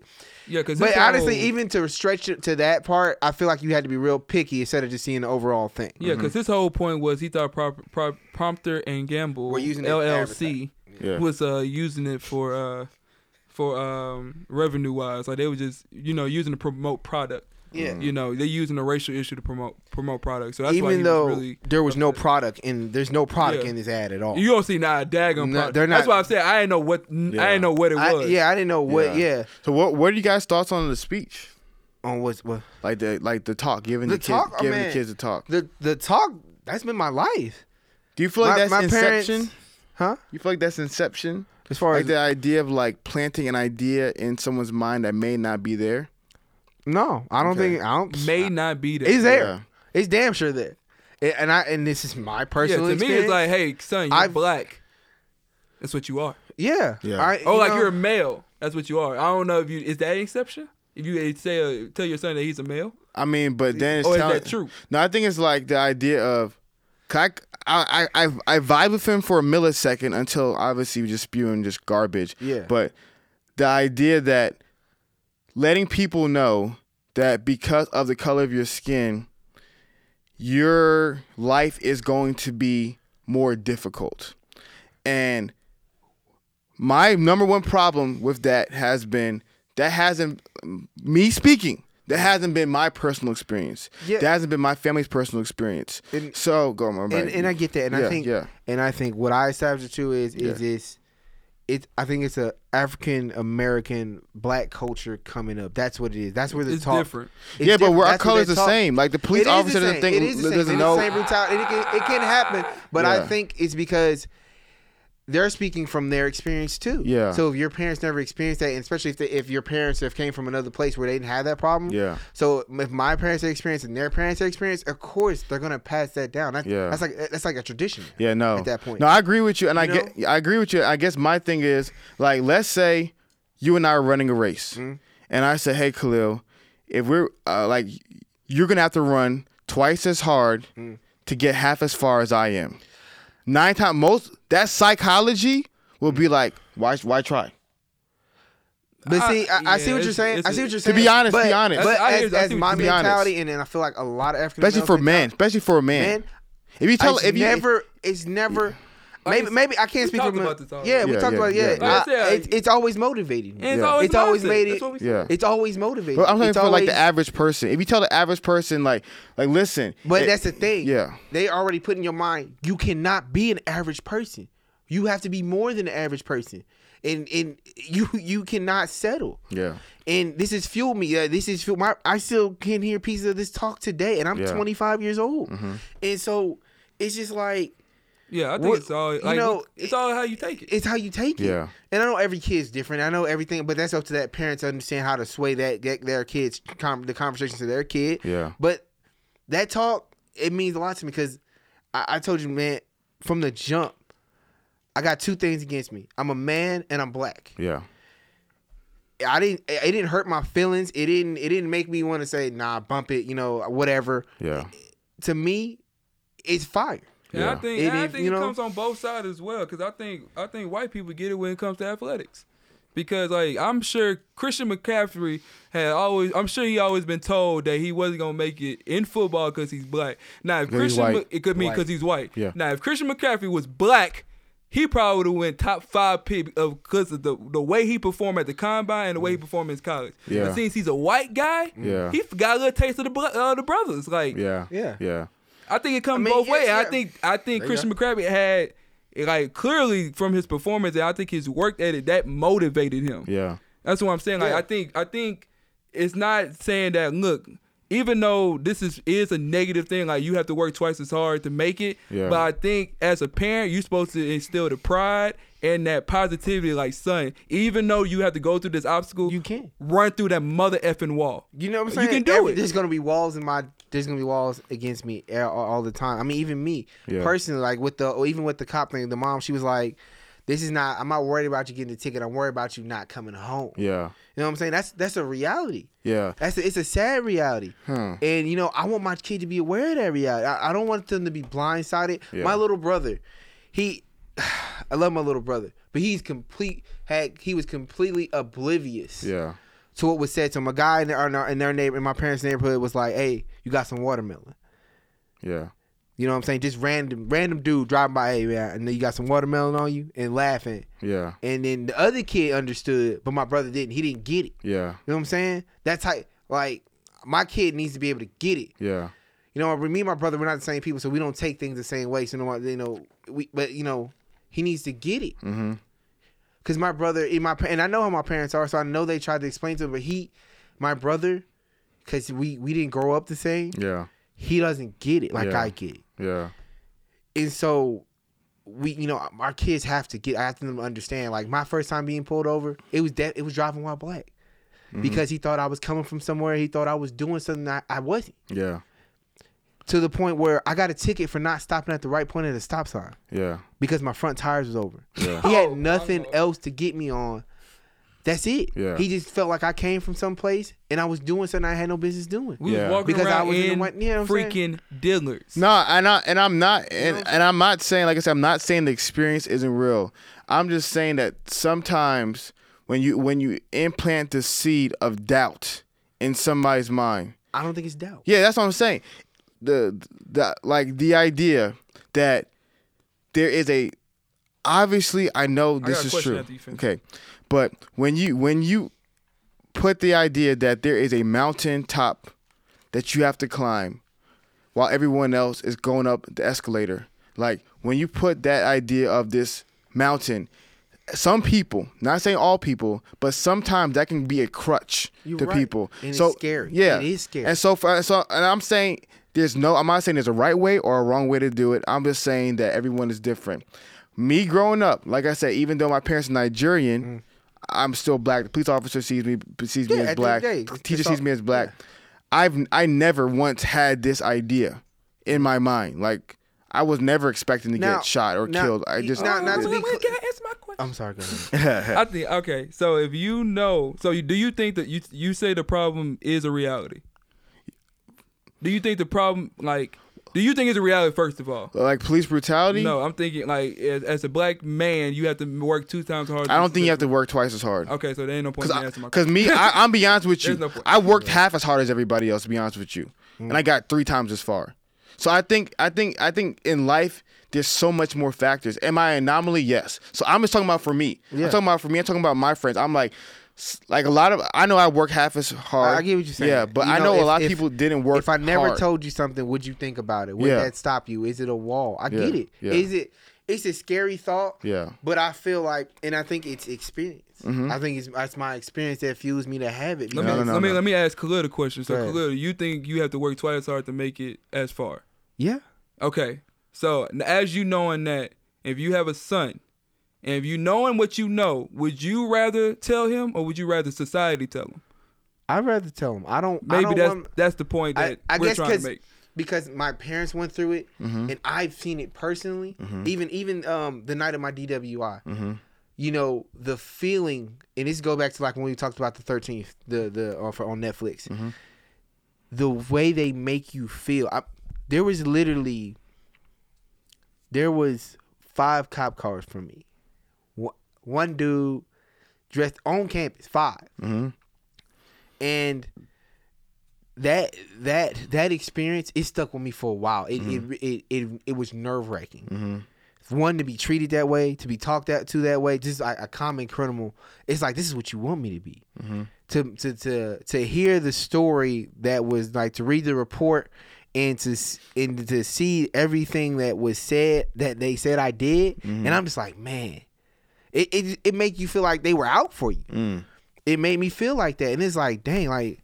Yeah, because But honestly, even to stretch it to that part, I feel like you had to be real picky instead of just seeing the overall thing. Yeah, because Mm-hmm. his whole point was he thought prop, prop, Prompter and Gamble Were using it for LLC Yeah. was uh, using it for uh, for um, revenue wise. Like they were just you know using to promote product. Mm-hmm. Yeah. you know they're using a racial issue to promote promote product. So that's why he Even though was really. there was no product in there's no product Yeah. in this ad at all. You don't see not a daggone. No, product. they're That's not- why I said I didn't know what n I Yeah. didn't know what it I- was. yeah, I didn't know what. Yeah. Yeah, So what what are you guys thoughts on the speech? on what's what Like the like the talk, giving the, The kids talk? Oh, giving the man. kids a talk. the the talk. That's been my life, Do you feel like My- that's my parents- inception? huh? You feel like that's inception? As far Like as the idea of like planting an idea in someone's mind that may not be there. no, I don't Okay. think I don't. may not be there. it's yeah, there. Yeah. It's damn sure there. And- and I and this is my to personal me experience. it's like, hey son, you're I've- black. That's what you are. yeah, Yeah. I- Oh, you like know, you're a male. That's what you are. I don't know if you is that an exception. If you say uh, tell your son that he's a male, I mean, but then it's or is telling- that true? No, I think it's like the idea of. 'cause I, I, I, I vibe with him for a millisecond until obviously we just spewing just garbage. Yeah. But the idea that letting people know that because of the color of your skin, your life is going to be more difficult. And my number one problem with that has been that hasn't me speaking. That hasn't been my personal experience. Yeah. That hasn't been my family's personal experience. And- so go on, my and, and I get that, and yeah, I think yeah, and I think what I established too is Yeah. is this. It's I think it's a African American black culture coming up. That's what it is. That's where the It's talk. different. It's yeah, but different. where our That's what colors they the talk- same. Like the It police is the officer same. doesn't think it is the same. doesn't It's know. the same brutality. It can, it can happen, but Yeah. I think it's because they're speaking from their experience too. Yeah. So if your parents never experienced that, and especially if, they, if your parents have came from another place where they didn't have that problem. Yeah. So if my parents experience and their parents experience, of course they're gonna pass that down. That's, Yeah. That's like eh, that's like a tradition. Yeah, no. At that point. No, I agree with you, and I You get, I agree with you. I guess my thing is like, let's say you and I are running a race, Mm-hmm. and I say, hey, Khalil, if we're uh, like, you're gonna have to run twice as hard Mm. to get half as far as I am. Nine times most that psychology will be like, why, why try? But I- see, I, I see yeah, what you're it's- saying. it's I see a- what you're To saying. be honest, but, be honest. But I- I as, hear- I as see what my you mean. mentality, and, and I feel like a lot of African Especially for men. Especially for a man. men, if you tell, I if you never, it's never. Like Maybe, it's- maybe I can't we speak talked for men. about this already. yeah, we Yeah, talked yeah, about yeah, yeah. yeah. I- Like I said, it's, it's always motivating. And me. Yeah. it's always, It's always mindset. made it- That's what we said. yeah. It's always motivating. But I'm talking it's for like always, the average person. If you tell the average person, like, like listen, But it- that's the thing. Eh, yeah. they already put in your mind you cannot be an average person. You have to be more than the average person, and and you you cannot settle. yeah, And this has fueled me. Uh, this is fuel. My I still can hear pieces of this talk today, and I'm Yeah. Mm-hmm. 25 years old. And so it's just like Yeah, I think What- it's all you like you know, it's all how you take it. it's how you take it. Yeah. And I know every kid's different. I know everything, but that's up to that parents to understand how to sway that get their kids com- the conversation to their kid. Yeah. But that talk it means a lot to me because I-, I told you, man, from the jump, I got two things against me. I'm a man and I'm black. yeah, I didn't. It didn't hurt my feelings. It didn't. It didn't make me want to say, "Nah, bump it," you know, whatever. yeah, To me, it's fire. And I yeah. think It and I is, think you it know? comes on both sides as well because I think I think white people get it when it comes to athletics because like I'm sure Christian McCaffrey had always I'm sure he always been told that he wasn't gonna make it in football because he's black. Now if 'Cause he's Christian white. Mc- it could mean because he's white. Yeah. Now if Christian McCaffrey was black. He probably would have went top five pick of because of the the way he performed at the combine and the way he performed in college. Yeah. But since he's a white guy, Yeah. he got a little taste of the bro- uh, the brothers. Like yeah, Yeah. yeah. I think it comes I mean, both yeah, ways. I yeah. think I think There you Christian McCrappy had like clearly from his performance, and I think his work at it that motivated him. Yeah. That's what I'm saying. Like Yeah. I think I think it's not saying that look even though this is is a negative thing, like you have to work twice as hard to make it. Yeah. But I think as a parent, you're supposed to instill the pride and that positivity, like son, even though you have to go through this obstacle, You can. run through that mother effing wall. You know what I'm You can saying? do Every- it. There's gonna be walls in my. There's gonna be walls against me a- all, all the time. I mean, even me Yeah. personally, like with the or even with the cop thing. The mom, she was like, "This is not. I'm not worried about you getting the ticket. I'm worried about you not coming home." Yeah. You know what I'm saying? That's that's a reality. Yeah. That's a, it's a sad reality. Hmm. And you know, I want my kid to be aware of that reality. I, I don't want them to be blindsided. Yeah. My little brother, he, I love my little brother, but he's complete. Had he was completely oblivious Yeah. to what was said to him. A guy in their, in their- in their neighbor, in my parents' neighborhood, was like, "Hey, you got some watermelon." Yeah. You know what I'm saying? Just random, random dude driving by, hey man, and then you got some watermelon on you, and laughing. Yeah. And then the other kid understood, but my brother didn't. He didn't get it. Yeah. You know what I'm saying? That type, like, my kid needs to be able to get it. Yeah. You know, me and my brother, we're not the same people, so we don't take things the same way. So, you know, what, you know, we, but you know, he needs to get it. Mm-hmm. Cause my brother, in my pa- and I know how my parents are, so I know they tried to explain to him, but he, my brother, cause we we didn't grow up the same. Yeah. He doesn't get it like Yeah. I get it, Yeah. and so we, you know, our kids have to get. I have to understand. Like my first time being pulled over, it was that it was driving while black, Mm-hmm. because he thought I was coming from somewhere. He thought I was doing something that I wasn't. Yeah. To the point where I got a ticket for not stopping at the right point at a stop sign Yeah. because my front tires was over. Yeah. He had Oh, nothing my Lord. else to get me on. That's it. Yeah. He just felt like I came from someplace and I was doing something I had no business doing. We Yeah. was walking Because I around was in the in, one- yeah, I'm saying. freaking Dillard's. No, and I and I'm not and, know what I'm and I'm not saying like I said I'm not saying the experience isn't real. I'm just saying that sometimes when you when you implant the seed of doubt in somebody's mind. I don't think it's doubt. Yeah, that's what I'm saying. The the like the idea that there is a obviously I know got this a is question true. after you finish. Okay. But when you when you put the idea that there is a mountain top that you have to climb while everyone else is going up the escalator. Like when you put that idea of this mountain, some people, not saying all people, but sometimes that can be a crutch You're to right. people. And it's so scary. Yeah, It is scary. And so far, so and I'm saying there's no. I'm not saying there's a right way or a wrong way to do it. I'm just saying that everyone is different. Me growing up, like I said, even though my parents are Nigerian. I'm still black. The police officer sees me sees Mm. Yeah, me as at the black. end of the day, T- it's- Teacher it's sees all- me as black. I've I never once had this idea in my mind. Like I was never expecting to Now- get shot or now- killed. I just Oh. now- now- not to be cl- Can I answer my question? I'm sorry, go ahead. I think okay. So if you know, so you, do you think that you you say the problem is a reality? Do you think the problem like? Do you think it's a reality first of all? like police brutality. No, I'm thinking like as, as a black man, you have to work two times harder. I don't think you have than- to work twice as hard. Okay, so there ain't no point in answering my Because me, I, I'm be honest with you. There's no point. I worked half as hard as everybody else. To be honest with you, and I Mm. got three times as far. So I think, I think, I think in life there's so much more factors. Am I an anomaly? Yes. So I'm just talking about for me. Yeah. I'm talking about for me. I'm talking about my friends. I'm like. s- Like a lot of, I know I work half as hard. I get what you're saying. Uh, Yeah, but You I know, know, if- a lot if- of people didn't work. If I never hard. told you something, would you think about it? Would Yeah. that stop you? Is it a wall? I Yeah, get it. Is yeah. it? It's a scary thought. Yeah. Mm-hmm. But I feel like, and I think it's experience. I think it's, it's my experience that fuels me to have it. Let me No, no, let no, me no. let me ask Khalil a question. So Go ahead. Khalil, you think you have to work twice as hard to make it as far? yeah. Okay. So n- as you knowing that, if you have a son, and if you knowing what you know, would you rather tell him or would you rather society tell him? I'd rather tell them. I don't. I Maybe don't that's want, that's the point I, that I we're guess trying because to make. Mm-hmm. because my parents went through it, and I've seen it personally. Even even um the night of my DWI, Mm-hmm. you know the feeling, and this go back to like when we talked about the thirteenth, the the uh, for on Netflix, Mm-hmm. the way they make you feel. I, there was literally there was five cop cars from me, one, one dude dressed on campus, 5 Mm-hmm. and that that that experience it stuck with me for a while. It it, it it it was nerve wracking. One to be treated that way, to be talked that to that way, just like a common criminal. It's like this is what you want me to be. To to to to hear the story that was like to read the report and to s- and to see everything that was said that they said I did, and I'm just like man, it it it make you feel like they were out for you. It made me feel like that, and it's like dang, like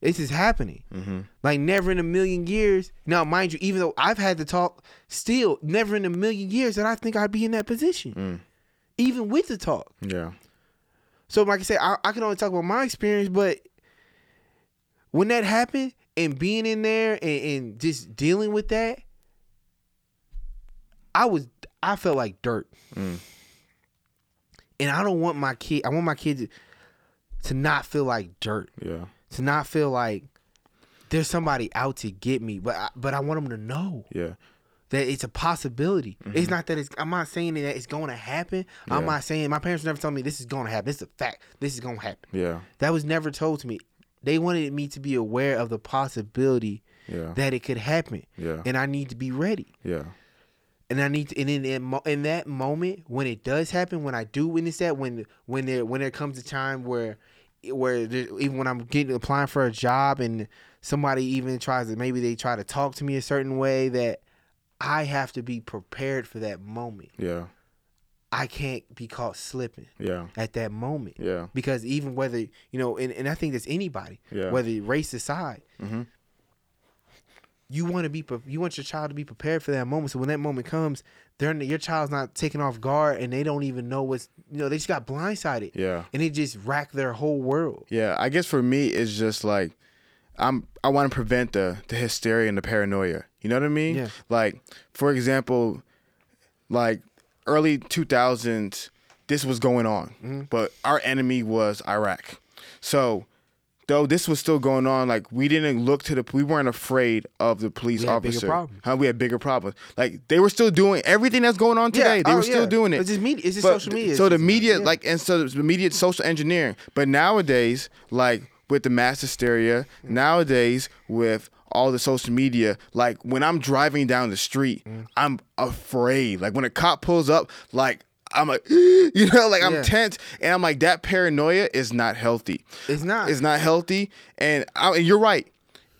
This is happening. Like never in a million years. Now, mind you, even though I've had to talk, still never in a million years that I think I'd be in that position, even with the talk. Yeah. So, like I said, I, I can only talk about my experience, but when that happened and being in there and, and just dealing with that, I was I felt like dirt, and I don't want my kid. I want my kids to, to not feel like dirt, Yeah. to not feel like there's somebody out to get me. But I, but I want them to know Yeah. that it's a possibility. It's not that it's. I'm not saying that it's going to happen. I'm Mm-hmm. Yeah. not saying my parents never told me this is going to happen. This is a fact. This is going to happen. Yeah. That was never told to me. They wanted me to be aware of the possibility Yeah. that it could happen, Yeah. and I need to be ready. Yeah. And I need to, and in, in mo- in that moment when it does happen, when I do witness that, when when there when there comes a time where where there, even when I'm getting applying for a job and somebody even tries to maybe they try to talk to me a certain way that I have to be prepared for that moment. Yeah. I can't be caught slipping Yeah. at that moment Yeah. because even whether you know and, and i think that's anybody Yeah. whether race aside Mhm. you want to be pre- you want your child to be prepared for that moment so when that moment comes they're n- your child's not taken off guard and they don't even know what's you know they just got blindsided Yeah. and it just racked their whole world Yeah, I guess for me it's just like I'm I want to prevent the the hysteria and the paranoia. You know what I mean? Yeah. Like for example, like early 2000s this was going on, Mm-hmm. but our enemy was Iraq. So though this was still going on, like we didn't look to the we weren't afraid of the police We had bigger officer. problems. Huh? We had bigger problems. Like they were still doing everything that's going on today. They oh, were still yeah. doing it. it's just media it's just But social th- media So It's the just- media, yeah. like, and so the media social engineering. But nowadays, like with the mass hysteria, Mm. nowadays with all the social media, like when I'm driving down the street, Mm. I'm afraid. Like when a cop pulls up, like I'm like, you know, like I'm Yeah. tense, and I'm like that paranoia is not healthy. it's not It's not healthy, and, I, and you're right.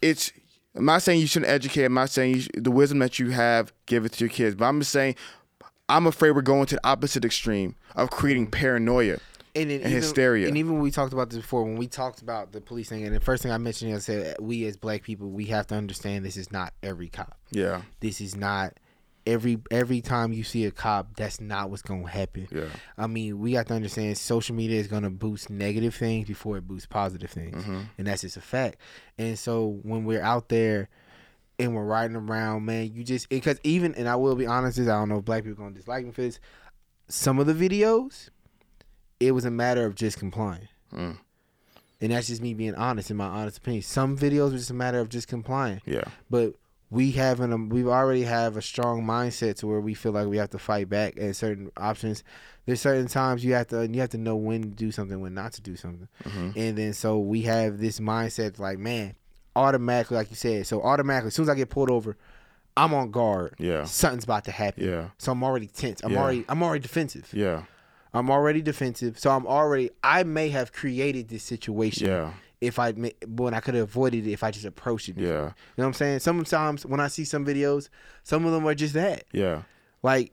It's I'm not saying you shouldn't educate. I'm not saying you sh the wisdom that you have give it to your kids. But I'm just saying I'm afraid we're going to the opposite extreme of creating paranoia. and, then and hysteria. And even when we talked about this before, when we talked about the police thing, and the first thing I mentioned, I said, we as black people, we have to understand this is not every cop. Yeah, This is not every every time you see a cop, that's not what's gonna happen. Yeah. I mean, we have to understand social media is gonna boost negative things before it boosts positive things, Mm-hmm. and that's just a fact. And so when we're out there. And we're riding around, man. You just because even and I will be honest, is I don't know if black people gonna dislike me for this. Some of the videos, it was a matter of just complying. Mm. And that's just me being honest in my honest opinion. Some videos were just a matter of just complying. yeah, But we haven't um, we already have a strong mindset to where we feel like we have to fight back at certain options. There's certain times you have to you have to know when to do something, when not to do something. Mm-hmm. And then so we have this mindset like, man, automatically like you said, so automatically as soon as I get pulled over, I'm on guard. Yeah. Something's about to happen. Yeah. So I'm already tense. I'm Yeah. already I'm already defensive. yeah, I'm already defensive, so I'm already. I may have created this situation. Yeah. If I ma- when I could have avoided it if I just approached it. Yeah. differently. You know what I'm saying? Sometimes when I see some videos, some of them are just that. yeah, Like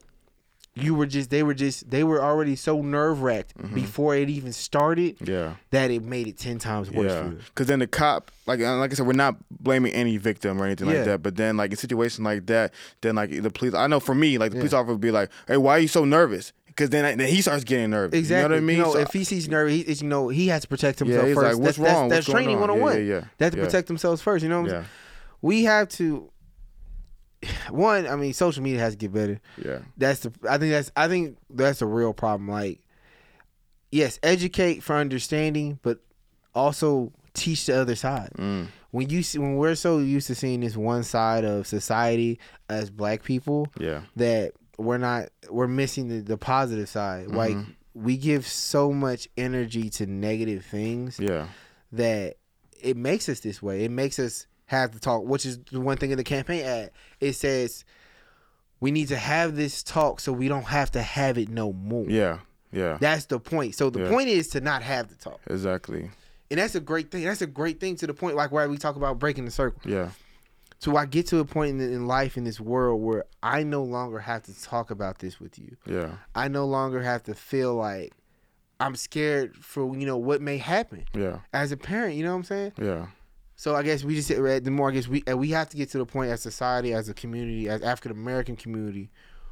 you were just they were just they were already so nerve wracked before it even started Mm-hmm. yeah. that it made it ten times worse for Yeah, you. because then the cop, like uh, like I said, we're not blaming any victim or anything Yeah. like that. But then, like in situation like that, then like the police. I know for me, like the Yeah. police officer would be like, "Hey, why are you so nervous?" Because then, I- then he starts getting nervous. Exactly. You know what I mean? know, So- if he sees nerve, he, it's, you know he has to protect himself he's first. like, "What's that's, wrong? What's That's, that's going training on?" one on one. Yeah, yeah, yeah. They have to Yeah. protect themselves first. You know what I'm yeah, saying? We have to. One, I mean, social media has to get better. yeah, that's the I think that's I think that's a real problem. Like, yes, educate for understanding, but also teach the other side. When you see, when we're so used to seeing this one side of society as black people, yeah, that we're not we're missing the, the positive side. Like we give so much energy to negative things yeah, that it makes us this way. It makes us have to talk, which is the one thing in the campaign ad. It says we need to have this talk so we don't have to have it no more. yeah, yeah. That's the point. So the Yeah. point is to not have the talk. Exactly. And that's a great thing. That's a great thing to the point like where we talk about breaking the circle. Yeah, So I get to a point in, in life in this world where I no longer have to talk about this with you. yeah, I no longer have to feel like I'm scared for you know what may happen yeah, as a parent, you know what I'm saying? yeah, So I guess we just the more I guess we we have to get to the point as society, as a community, as African American community,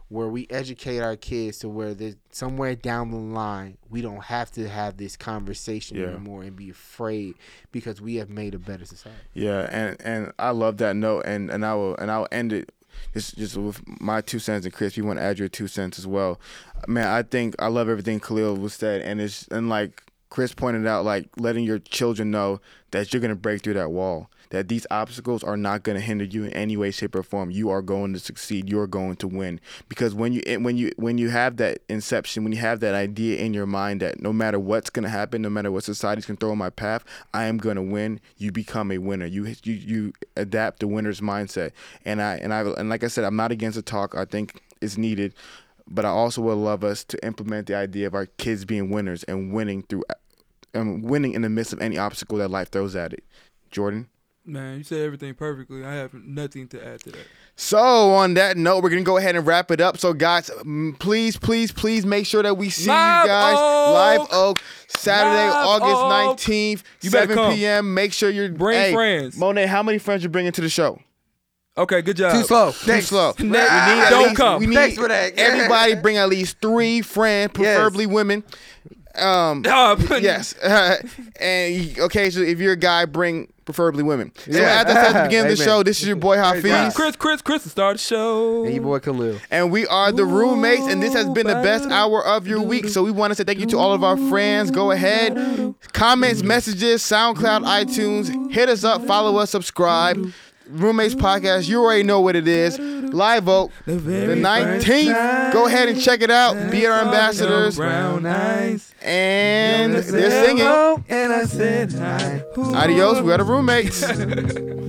where we educate our kids to where there's somewhere down the line we don't have to have this conversation Yeah. anymore and be afraid because we have made a better society. Yeah, and and I love that note, and and I will and I'll end it just just with my two cents, and Chris, you want to add your two cents as well. Man, I think I love everything Khalil was said, and it's and like Chris pointed out, like letting your children know that you're gonna break through that wall. That these obstacles are not going to hinder you in any way, shape, or form. You are going to succeed. You are going to win. Because when you when you when you have that inception, when you have that idea in your mind that no matter what's going to happen, no matter what society's going to throw in my path, I am going to win. You become a winner. You you you adapt the winner's mindset. And I and I and like I said, I'm not against the talk. I think it's needed, but I also would love us to implement the idea of our kids being winners and winning through, and winning in the midst of any obstacle that life throws at it. Jordan. Man, you said everything perfectly. I have nothing to add to that. So on that note, we're gonna go ahead and wrap it up. So guys, mm, please, please, please make sure that we see Live you guys Oak! live Oak Saturday, Live August Oak! nineteenth, You better seven come. p.m. Make sure you're Bring Hey, friends. Monet, how many friends you bringing to the show? Okay, good job. Too slow. Too Thanks. slow. Next. We need at Don't least- come. We need Thanks for that. everybody bring at least three friends, Yes. preferably women. Um, Nah, but- yes. Uh, and occasionally, if you're a guy, bring preferably women. So Yeah. as I said at the beginning of the Amen. show, this is your boy Hafiz. God. Chris, Chris, Chris, to start the show. And your boy Khalil. And we are the roommates, and this has been the best Ooh, hour of your week. So we want to say thank you to all of our friends. Go ahead, comments, messages, SoundCloud, iTunes. Hit us up, follow us, subscribe. Roommates Podcast, you already know what it is. Live Oak, the very first 19th. Go ahead and check it out. Be our ambassadors. Brown eyes. And they're singing. And I said hi. Adios, we are the roommates.